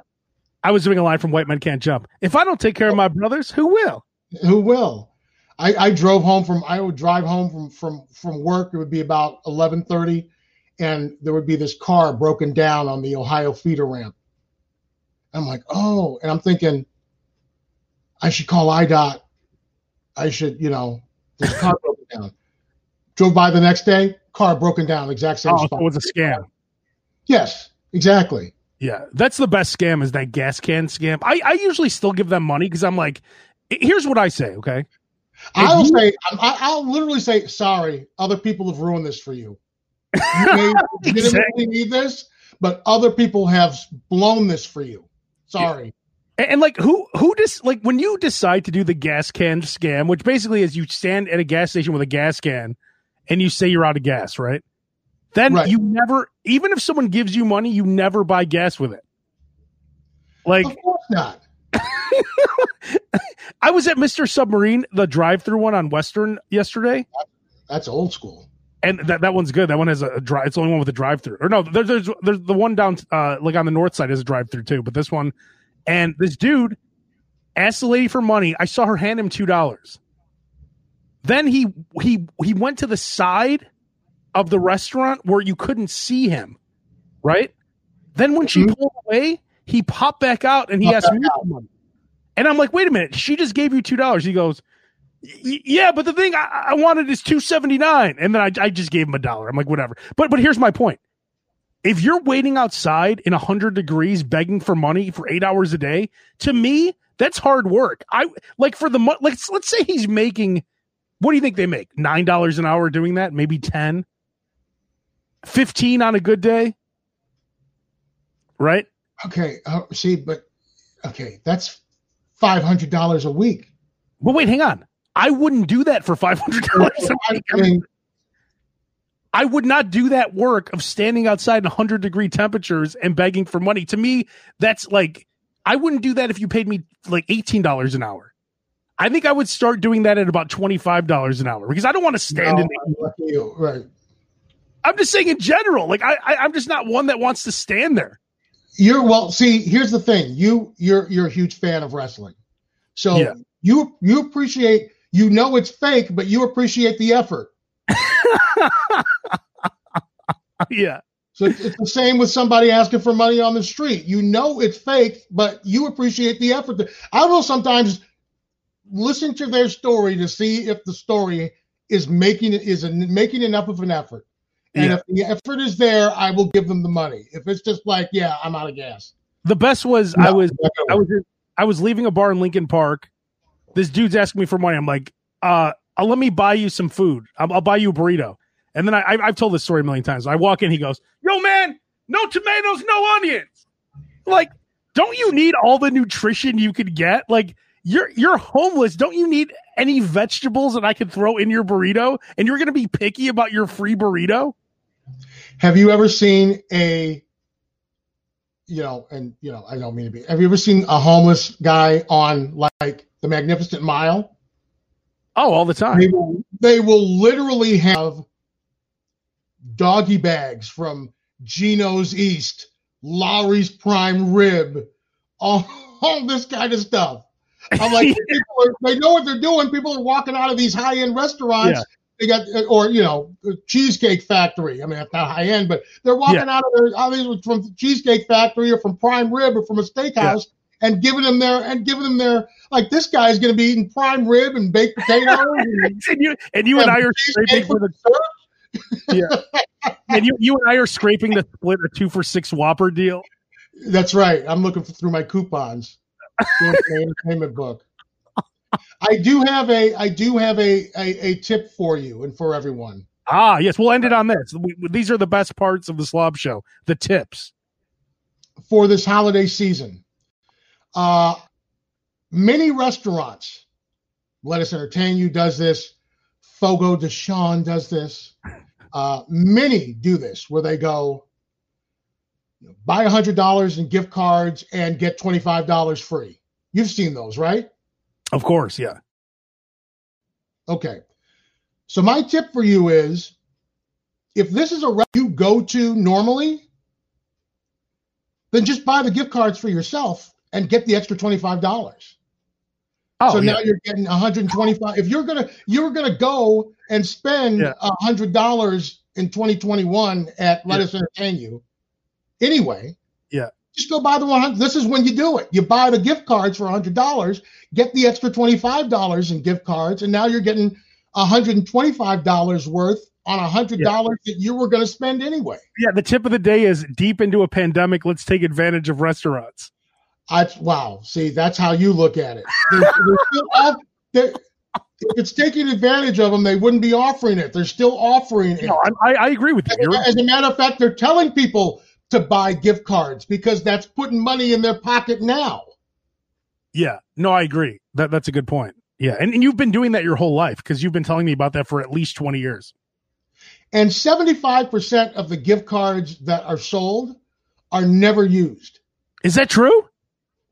I was doing a line from White Men Can't Jump. If I don't take care of my brothers, who will? Who will? I, I drove home from I would drive home from from from work. It would be about eleven thirty, and there would be this car broken down on the Ohio feeder ramp. I'm like, oh, and I'm thinking, I should call IDOT. I should, you know, this car [LAUGHS] broken down. Drove by the next day, car broken down, exact same Oh, so spot. it was a scam. Yes, exactly. Yeah, that's the best scam is that gas can scam. I, I usually still give them money because I'm like, here's what I say, okay? I'll you- say, I- I'll literally say, sorry, other people have ruined this for you. You [LAUGHS] may legitimately need this, but other people have blown this for you. Sorry. And, and, like who who just like when you decide to do the gas can scam, which basically is you stand at a gas station with a gas can and you say you're out of gas, right? Then Right. you never even if someone gives you money, you never buy gas with it. Like of course not. I was at Mr. Submarine, the drive-through one on Western yesterday, That's old school. and that, that one's good. That one has a, a drive. It's the only one with a drive through. Or no, there, there's there's the one down uh, like on the north side is a drive through too. But this one, and this dude asked the lady for money. I saw her hand him two dollars. Then he he he went to the side of the restaurant where you couldn't see him, right? Then when she pulled away, he popped back out and he Popped asked me for money. And I'm like, wait a minute, she just gave you two dollars. He goes, "Y- yeah, but the thing I, I wanted is two seventy nine, and then I, I just gave him a dollar. I'm like, whatever. But but here's my point: if you're waiting outside in hundred degrees begging for money for eight hours a day, to me that's hard work. I like for the mo- like let's, let's say he's making what do you think they make nine dollars an hour doing that? Maybe ten. 15 on a good day right Okay. Uh, see, but okay, that's $500 a week. [LAUGHS] but wait hang on i wouldn't do that for $500 I mean, I would not do that work of standing outside in 100 degree temperatures and begging for money. To me, that's like, I wouldn't do that if you paid me like $18 an hour. I think I would start doing that at about $25 an hour because I don't want to stand no, in. lucky you. Right. I'm just saying in general, like, I, I, I'm just not one that wants to stand there. [LAUGHS] You're well. See, here's the thing. You you're you're a huge fan of wrestling, so Yeah. you you appreciate you know it's fake, but you appreciate the effort. yeah. So it's it's the same with somebody asking for money on the street. You know it's fake, but you appreciate the effort. I will sometimes listen to their story to see if the story is making is making enough of an effort. And Yeah. if the effort is there, I will give them the money. If it's just like, yeah, I'm out of gas. The best was I No, was not gonna I was I was leaving a bar in Lincoln Park. This dude's asking me for money. I'm like, uh, uh, let me buy you some food. I'll, I'll buy you a burrito. And then I, I, I've told this story a million times. I walk in, he goes, "Yo, man, no tomatoes, no onions." Like, don't you need all the nutrition you could get? Like, you're you're homeless. Don't you need any vegetables that I could throw in your burrito? And you're gonna be picky about your free burrito? Have you ever seen a, you know, and you know, I don't mean to be. Have you ever seen a homeless guy on like the Magnificent Mile? Oh, all the time. They will, they will literally have doggy bags from Geno's East, Lowry's Prime Rib, all, [LAUGHS] all this kind of stuff. [LAUGHS] I'm like, people are, they know what they're doing. People are walking out of these high end restaurants. Yeah. They got, or you know, Cheesecake Factory. I mean, that's not high end, but they're walking out of their, out of these from Cheesecake Factory or from Prime Rib or from a steakhouse and giving them their and giving them their like this guy's going to be eating prime rib and baked potatoes and [LAUGHS] and you and [LAUGHS] you and I are scraping for the and you, you and I are scraping the split a two for six Whopper deal. That's right. I'm looking for, through my coupons. Going to my entertainment book. I do have a I do have a, a a tip for you and for everyone. Ah, yes. We'll end it on this. We, we- these are the best parts of the slob show. The tips. for this holiday season. Uh, many restaurants, Let Us Entertain You does this, Fogo de Sean does this. Uh, many do this where they go you know, buy $100 in gift cards and get $25 free. You've seen those, right? Of course. Yeah. Okay. So my tip for you is if this is a restaurant you go to normally, then just buy the gift cards for yourself and get the extra $25. Oh, so yeah. now you're getting 125. If you're going to you're going to go and spend Yeah. a $100 in 2021 at Let Us Entertain You. Anyway, Yeah. Just go buy the 100. This is when you do it. You buy the gift cards for $100, get the extra $25 in gift cards and now you're getting $125 worth on $100 that you were going to spend anyway. Yeah, the tip of the day is deep into a pandemic. Let's take advantage of restaurants. I wow. See, that's how you look at it. They're, they're still off, they're, if it's taking advantage of them, they wouldn't be offering it. They're still offering it. No, I'm- I, I agree with you. As You're- a- As a matter of fact, they're telling people to buy gift cards because that's putting money in their pocket now. yeah, no, I agree. That that's a good point. Yeah, and, and you've been doing that your whole life because you've been telling me about that for at least twenty years. And 75% of the gift cards that are sold are never used. Is that true?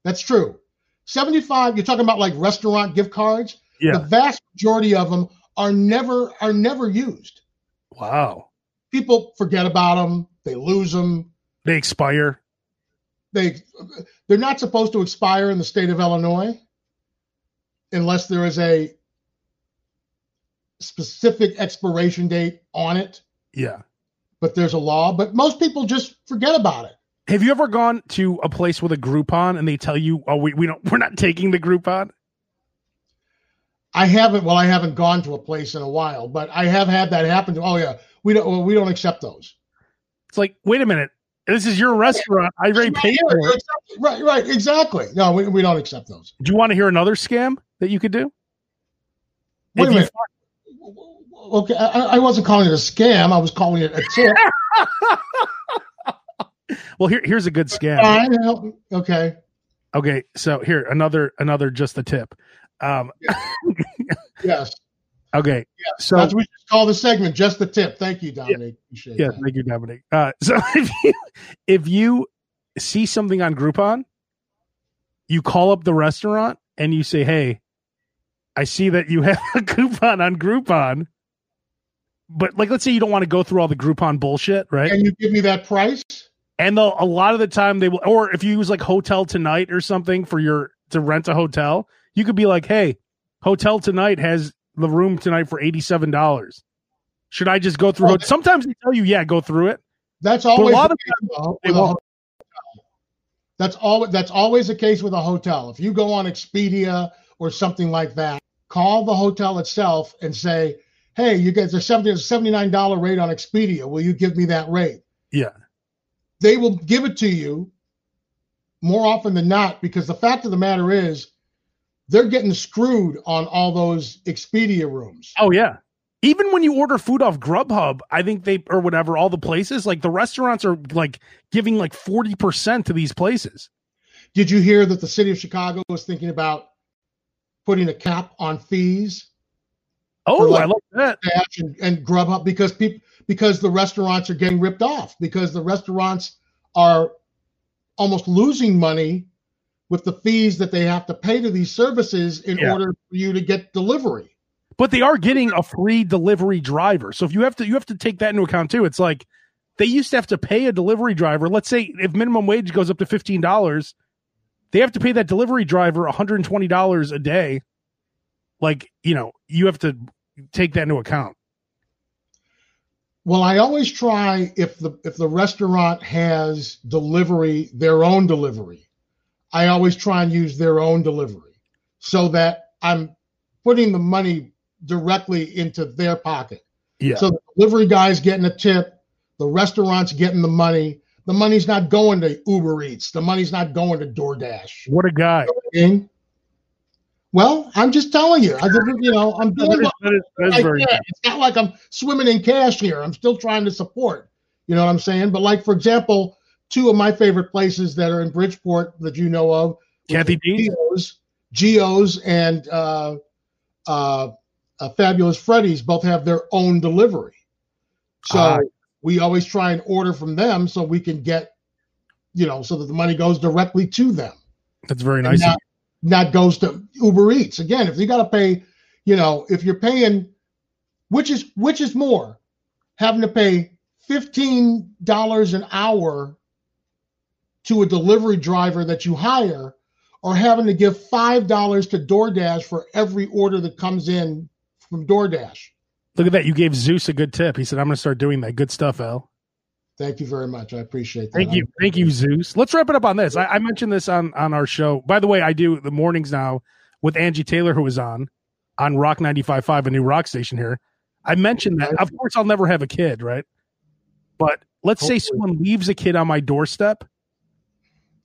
That's true. 75, you're talking about like restaurant gift cards. Yeah. The vast majority of them are never are never used. Wow. People forget about them, they lose them. They expire. They they're not supposed to expire in the state of Illinois unless there is a specific expiration date on it, Yeah. but there's a law, but most people just forget about it. Have you ever gone to a place with a Groupon and they tell you, "Oh, we, we don't, we're not taking the Groupon"? I haven't. Well, I haven't gone to a place in a while, but I have had that happen. To, oh yeah, we don't. Well, we don't accept those. It's like, wait a minute, this is your restaurant. I already paid Right, for it. exactly. right, right, exactly. No, we, we don't accept those. Do you want to hear another scam that you could do? Wait If a you minute. Okay, I, I wasn't calling it a scam. I was calling it a tip. Well, here here's a good scam. Fine, help- okay. Okay, so here another another just the tip. Um, Yes. okay, so That's what we should call the segment. Just the tip. Thank you, Dominic. Appreciate yeah, that. thank you, Dominic. Uh, [LAUGHS] so if you if you see something on Groupon, you call up the restaurant and you say, "Hey, I see that you [LAUGHS] have a coupon on Groupon." But like, let's say you don't want to go through all the Groupon bullshit, right? Can you give me that price? and they'll a lot of the time they will or if you use like hotel tonight or something for your to rent a hotel you could be like hey hotel tonight has the room tonight for $87 should i just go through Oh, it sometimes they tell you yeah go through it That's a always lot the of case with a- they with a won't. hotel. That's always that's always the case with a hotel. If you go on Expedia or something like that, call the hotel itself and say, "Hey, you guys, there's seventy there's a seventy nine dollar rate on Expedia. Will you give me that rate?" Yeah. they will give it to you more often than not because the fact of the matter is they're getting screwed on all those Expedia rooms. oh yeah even when you order food off grubhub i think they or whatever all the places like the restaurants are like giving like 40% to these places Did you hear that the city of Chicago was thinking about putting a cap on fees oh like- i like that Dash and, and Grubhub because people because the restaurants are getting ripped off because the restaurants are almost losing money with the fees that they have to pay to these services in Yeah. order for you to get delivery. but they are getting a free delivery driver. So if you have to, you have to take that into account too. It's like they used to have to pay a delivery driver. Let's say if minimum wage goes up to fifteen dollars, they have to pay that delivery driver one hundred and twenty dollars a day. Like you know, you have to take that into account. Well, I always try if the if the restaurant has delivery, their own delivery. I always try and use their own delivery so that I'm putting the money directly into their pocket. Yeah. So the delivery guy's getting a tip, the restaurant's getting the money. The money's not going to Uber Eats. The money's not going to DoorDash. What a guy! And- Well, I'm just telling you. I didn't, you know, I'm doing That is, that is- that is like very that. It's not like I'm swimming in cash here. I'm still trying to support. You know what I'm saying? But like for example, two of my favorite places that are in Bridgeport that you know of, Kathy D. Geo's, Geo's and uh, uh, uh, Fabulous Freddy's both have their own delivery. So Ah. we always try and order from them so we can get, you know, so that the money goes directly to them That's very and nice. not, not goes to Uber Eats. Again, if you got to pay, you know, if you're paying, which is which is more, having to pay fifteen dollars an hour to a delivery driver that you hire, or having to give five dollars to DoorDash for every order that comes in from DoorDash. Look at that! You gave Zeus a good tip. He said, "I'm going to start doing that. Good stuff, Al." Thank you very much. I appreciate that. Thank you, thank you, Zeus. Let's wrap it up on this. I, I mentioned this on on our show. By the way, I do the mornings now with Angie Taylor, who was on, on Rock 95.5, a new rock station here. I mentioned that. Of course, I'll never have a kid, right? But let's say Hopefully. someone leaves a kid on my doorstep.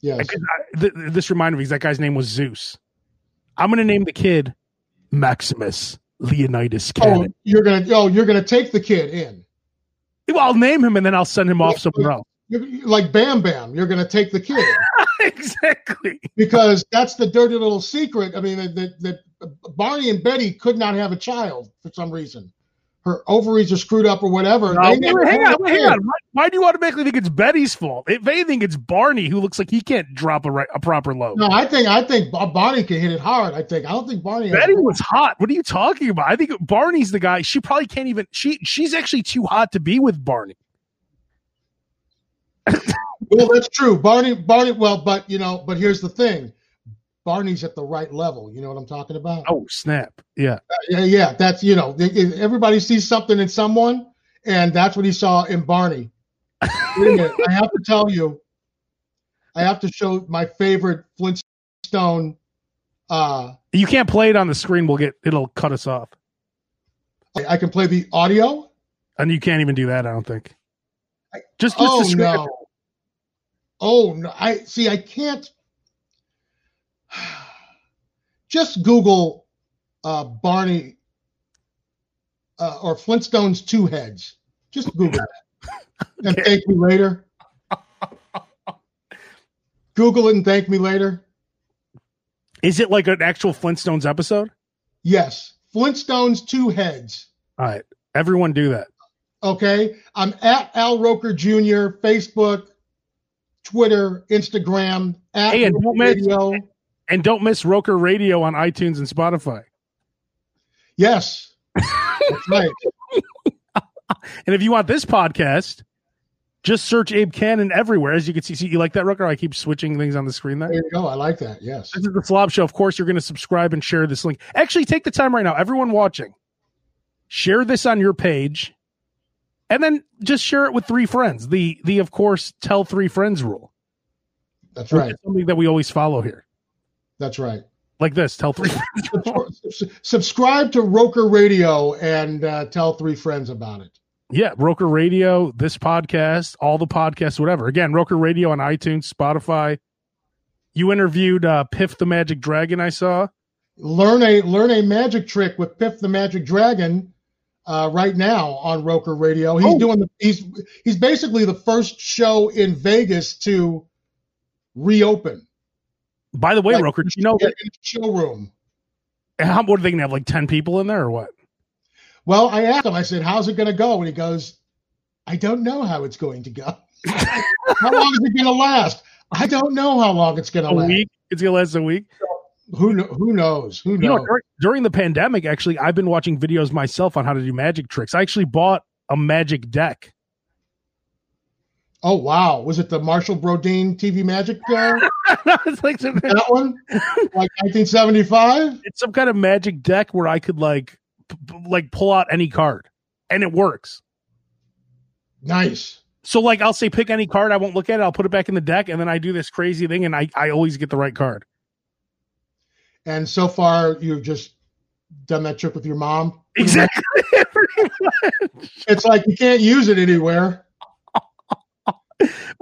Yes. Because I, th- th- this reminded me because that guy's name was Zeus. I'm going to name the kid Maximus Leonidas Oh, Cannon. you're gonna oh you're gonna take the kid in. Well, I'll name him and then I'll send him off somewhere else. [LAUGHS] You're, like Bam Bam, you're gonna take the kid exactly. because that's the dirty little secret. I mean, that, that, that Barney and Betty could not have a child for some reason. Her ovaries are screwed up or whatever. No, They wait, never hang on, had a wait, hang kid. on. Why, why do you automatically think it's Betty's fault? If anything, it's Barney who looks like he can't drop a, right, a proper load. No, I think I think Bo- Barney can hit it hard. I think I don't think Barney. Betty was hot. What are you talking about? I think Barney's the guy. She probably can't even. She she's actually too hot to be with Barney. Well, that's true. Barney, Barney. Well, but you know, but here's the thing. Barney's at the right level. You know what I'm talking about? Oh snap! Yeah, Yeah, yeah. That's you know, it- it- everybody sees something in someone, and that's what he saw in Barney. Wait a minute, I have to tell you, I have to show my favorite Flintstone. Uh, you can't play it on the screen. We'll get it'll cut us off, I I can play the audio. and you can't even do that. I don't think. Just just Oh describe no! Oh no! I see. I can't. [SIGHS] Just Google uh, Barney uh, or Flintstones two heads. Just Google that, and thank me later. Google it and thank me later. it. Is it like an actual Flintstones episode? Yes, Flintstones two heads. All right, everyone do that. Okay. I'm at Al Roker Jr., Facebook, Twitter, Instagram, at Hey, and Roker don't miss- Radio. And don't miss Roker Radio on iTunes and Spotify. Yes. That's right. And if you want this podcast, just search Abe Cannon everywhere. As you can see, see you like that, Roker? I keep switching things on the screen there. There you go. Oh, I like that. Yes. This is the Slob Show. Of course, you're going to subscribe and share this link. Actually, take the time right now, everyone watching, share this on your page, and then just share it with three friends. The the of course tell three friends rule. That's which right. is something that we always follow here, That's right. like this. Tell [LAUGHS] three. Subs- Subscribe to Roker Radio and uh, tell three friends about it. yeah, Roker Radio, this podcast, all the podcasts, whatever. Again, Roker Radio on iTunes, Spotify. You interviewed uh, Piff the Magic Dragon. I saw. Learn a learn a magic trick with Piff the Magic Dragon uh, right now on Roker Radio. He's Oh. doing the he's he's basically the first show in Vegas to reopen. By the way, Like, Roker, do you know get in the showroom. how what are they going to have like ten people in there or what? Well, I asked him, I said, how's it going to go? And he goes, I don't know how it's going [LAUGHS] to go. how long is it going to last? I don't know how long it's going to A last. week? It's going to last a week. Who, kn- who knows? Who you know, knows? during, during the pandemic, actually, I've been watching videos myself on how to do magic tricks. I actually bought a magic deck. [LAUGHS] oh, wow. Was it the Marshall Brodeen TV Magic [LAUGHS] guy? it's like some, that one? Like 1975? it's some kind of magic deck where I could like p- p- like pull out any card, and it works. Nice. So like I'll say pick any card, I won't look at it, I'll put it back in the deck, and then I do this crazy thing, and I I always get the right card. [LAUGHS] And so far, you've just done that trick with your mom. Exactly. It's like you can't use it anywhere. but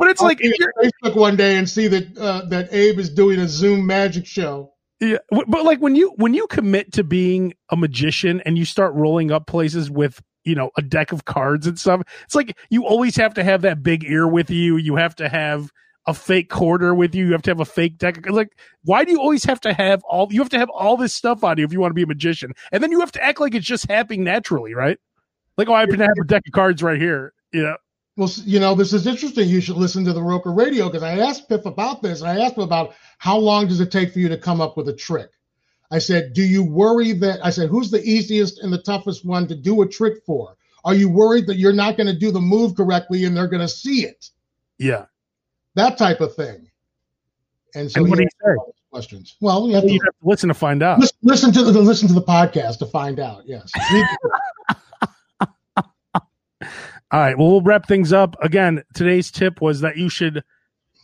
it's like if you're, Facebook one day and see that uh, that Abe is doing a Zoom magic show. yeah, w- but like when you when you commit to being a magician and you start rolling up places with you know a deck of cards and stuff, it's like you always have to have that big ear with you. You have to have a fake quarter with you. You have to have a fake deck. It's Like, why do you always have to have all? You have to have all this stuff on you if you want to be a magician, and then you have to act like it's just happening naturally, right? Like, oh, I happen to have a deck of cards right here. You know, Well, s- you know, this is interesting. You should listen to the Roker Radio because I asked Piff about this. And I asked him about how long does it take for you to come up with a trick. I said, "Do you worry that?" I said, "Who's the easiest and the toughest one to do a trick for? Are you worried that you're not going to do the move correctly and they're going to see it? yeah. That type of thing." And so, and what do he you asked say? all those questions. Well, you have You to have to listen to find out. listen, listen to the listen to the podcast to find out. [LAUGHS] Yes. All right. Well, we'll wrap things up. Again, today's tip was that you should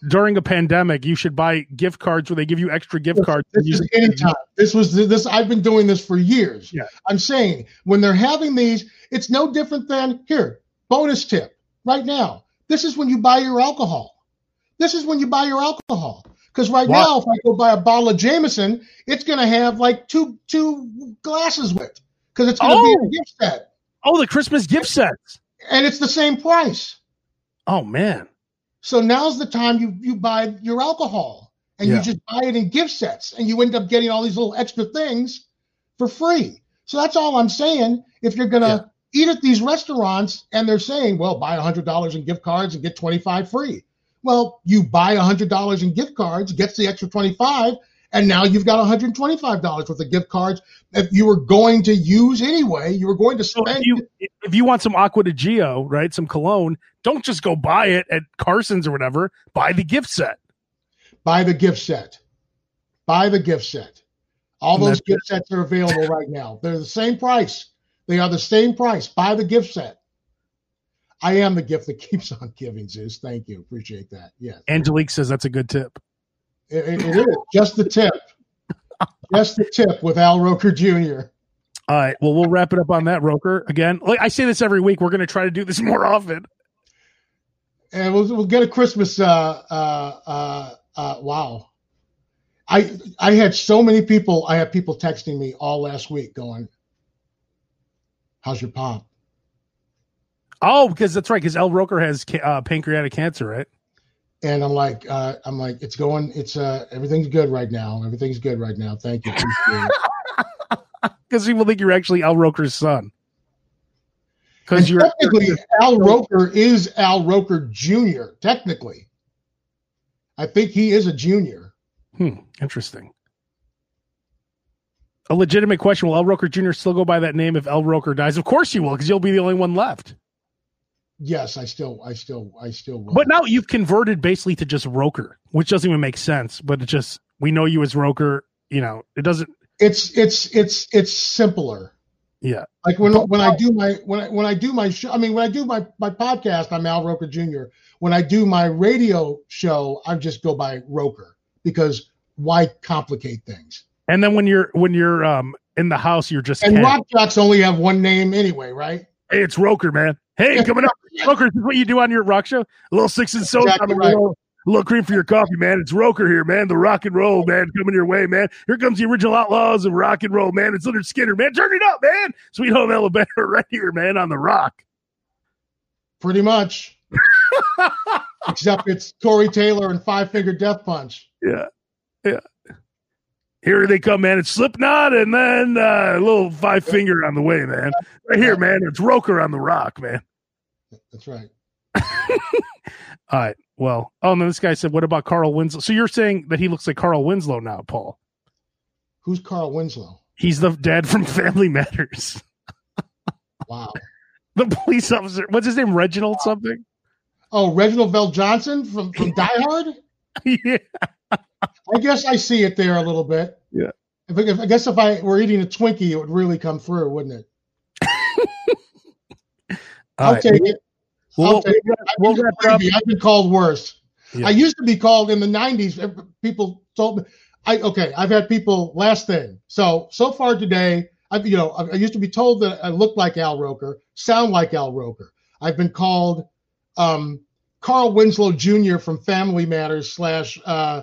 during a pandemic, you should buy gift cards where they give you extra gift cards. This is anytime. This was this. I've been doing this for years. Yeah. I'm saying when they're having these, it's no different than here. Bonus tip right now. This is when you buy your alcohol. This is when you buy your alcohol. Because right Wow. now, if I go buy a bottle of Jameson, it's going to have like two two glasses with. Because it's going to be Oh. a gift set, Oh, the Christmas gift sets. and it's the same price. Oh man, So now's the time you you buy your alcohol and Yeah. you just buy it in gift sets and you end up getting all these little extra things for free. So that's all I'm saying. If you're gonna eat at these restaurants and they're saying, well, buy hundred dollars in gift cards and get twenty five free. Well, you buy hundred dollars in gift cards, gets the extra twenty five, and now you've got hundred twenty five dollars worth of gift cards that you were going to use anyway. You were going to so spend. if you if you want some Aqua de Geo, right, some cologne, don't just go buy it at Carson's or whatever. Buy the gift set. buy the gift set. Buy the gift set. All And those that's gift sets are available right now. They're the same price. They are the same price. Buy the gift set. I am the gift that keeps on giving, Zeus. Thank you. Appreciate that. Yes. Angelique says that's a good tip. It- it- it is. Just the tip. Just the tip with Al Roker Jr. All right, well, we'll wrap it up on that, Roker. Again, like I say this every week, we're going to try to do this [LAUGHS] more often. and we'll, we'll get a Christmas. Uh, uh, uh, uh, wow, I I had so many people. I had people texting me all last week going, "How's your pop?" Oh, because that's right, because L. Roker has ca- uh, pancreatic cancer, right? And I'm like, uh, I'm like, it's going. It's uh, everything's good right now. Everything's good right now. Thank you. Appreciate it." Because people think you're actually Al Roker's son. Because And [LAUGHS] you're technically Al Roker is Al Roker Jr. Technically, I think he is a junior. hmm, interesting. A legitimate question: Will L. Roker Jr. still go by that name if L. Roker dies? Of course you will, because you'll be the only one left. Yes, I still, I still, I still. Will. But now you've converted basically to just Roker, which doesn't even make sense. But it just we know you as Roker. You know, it doesn't. it's it's it's it's simpler. Yeah. Like when But- when I do my when I, when I do my show, I mean when I do my my podcast, I'm Al Roker Jr. When I do my radio show, I just go by Roker because why complicate things? And then when you're when you're um in the house, you're just And Ken. rock jocks only have one name anyway, right? hey, it's Roker, man. [LAUGHS] Hey, coming up, Roker. This is what you do on your rock show. A little six and soda, Exactly a, right. little, a little cream for your coffee, man. It's Roker here, man. The rock and roll, man, coming your way, man. Here comes the original outlaws of rock and roll, man. It's Leonard Skinner, man. Turn it up, man. Sweet home Alabama, [LAUGHS] right here, man, on the rock. [LAUGHS] Pretty much. Except it's Corey Taylor and Five Finger Death Punch. Yeah. Yeah. Here they come, man. It's Slipknot and then uh, a little five finger on the way, man. Right here, man. It's Roker on the rock, man. That's right. All right. Well, oh, and then this guy said, what about Carl Winslow? So you're saying that he looks like Carl Winslow now, Paul. Who's Carl Winslow? He's the dad from Family Matters. [LAUGHS] Wow. The police officer. What's his name? Reginald something? [LAUGHS] Oh, Reginald Vell Johnson from, from Die Hard? yeah. I guess I see it there a little bit. Yeah. If, if, I guess if I were eating a Twinkie, it would really come through, wouldn't it? All I'll right. take it. We'll, I'll take it. we'll- I we'll used to wrap it up. be- I've been called worse. Yeah. I used to be called in the '90s. ev- People told me, "I okay." I've had people. Last thing. So so far today, I've you know I, I used to be told that I look like Al Roker, sound like Al Roker. I've been called um, Carl Winslow Jr. from Family Matters slash uh,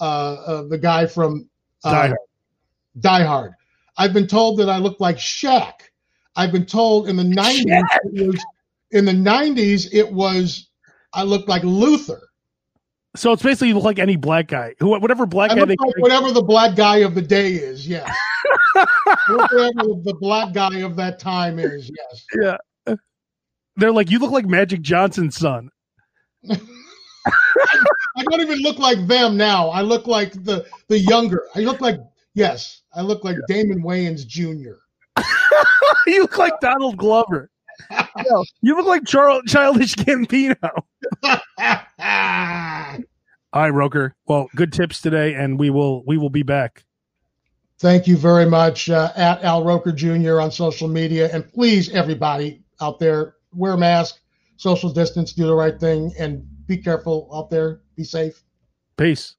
uh, uh, the guy from uh, Die Hard. Die Hard. I've been told that I look like Shaq. I've been told in the nineties it was in the nineties it was I looked like Luther. So it's basically you look like any black guy. Who whatever black I guy look they like whatever the black guy of the day is, [LAUGHS] yes. I look whatever the black guy of that time is, yes. they're like, you look like Magic Johnson's son. [LAUGHS] I don't even look like them now. I look like the the younger. I look like yes, I look like Damon Wayans Jr. you look like Donald Glover. No, you look like Charles Childish Gambino. All right, Roker. Well, good tips today, and we will we will be back. [LAUGHS] Thank you very much, uh, at Al Roker Jr. on social media. And please, everybody out there, wear a mask, social distance, do the right thing, and be careful out there. Be safe. Peace.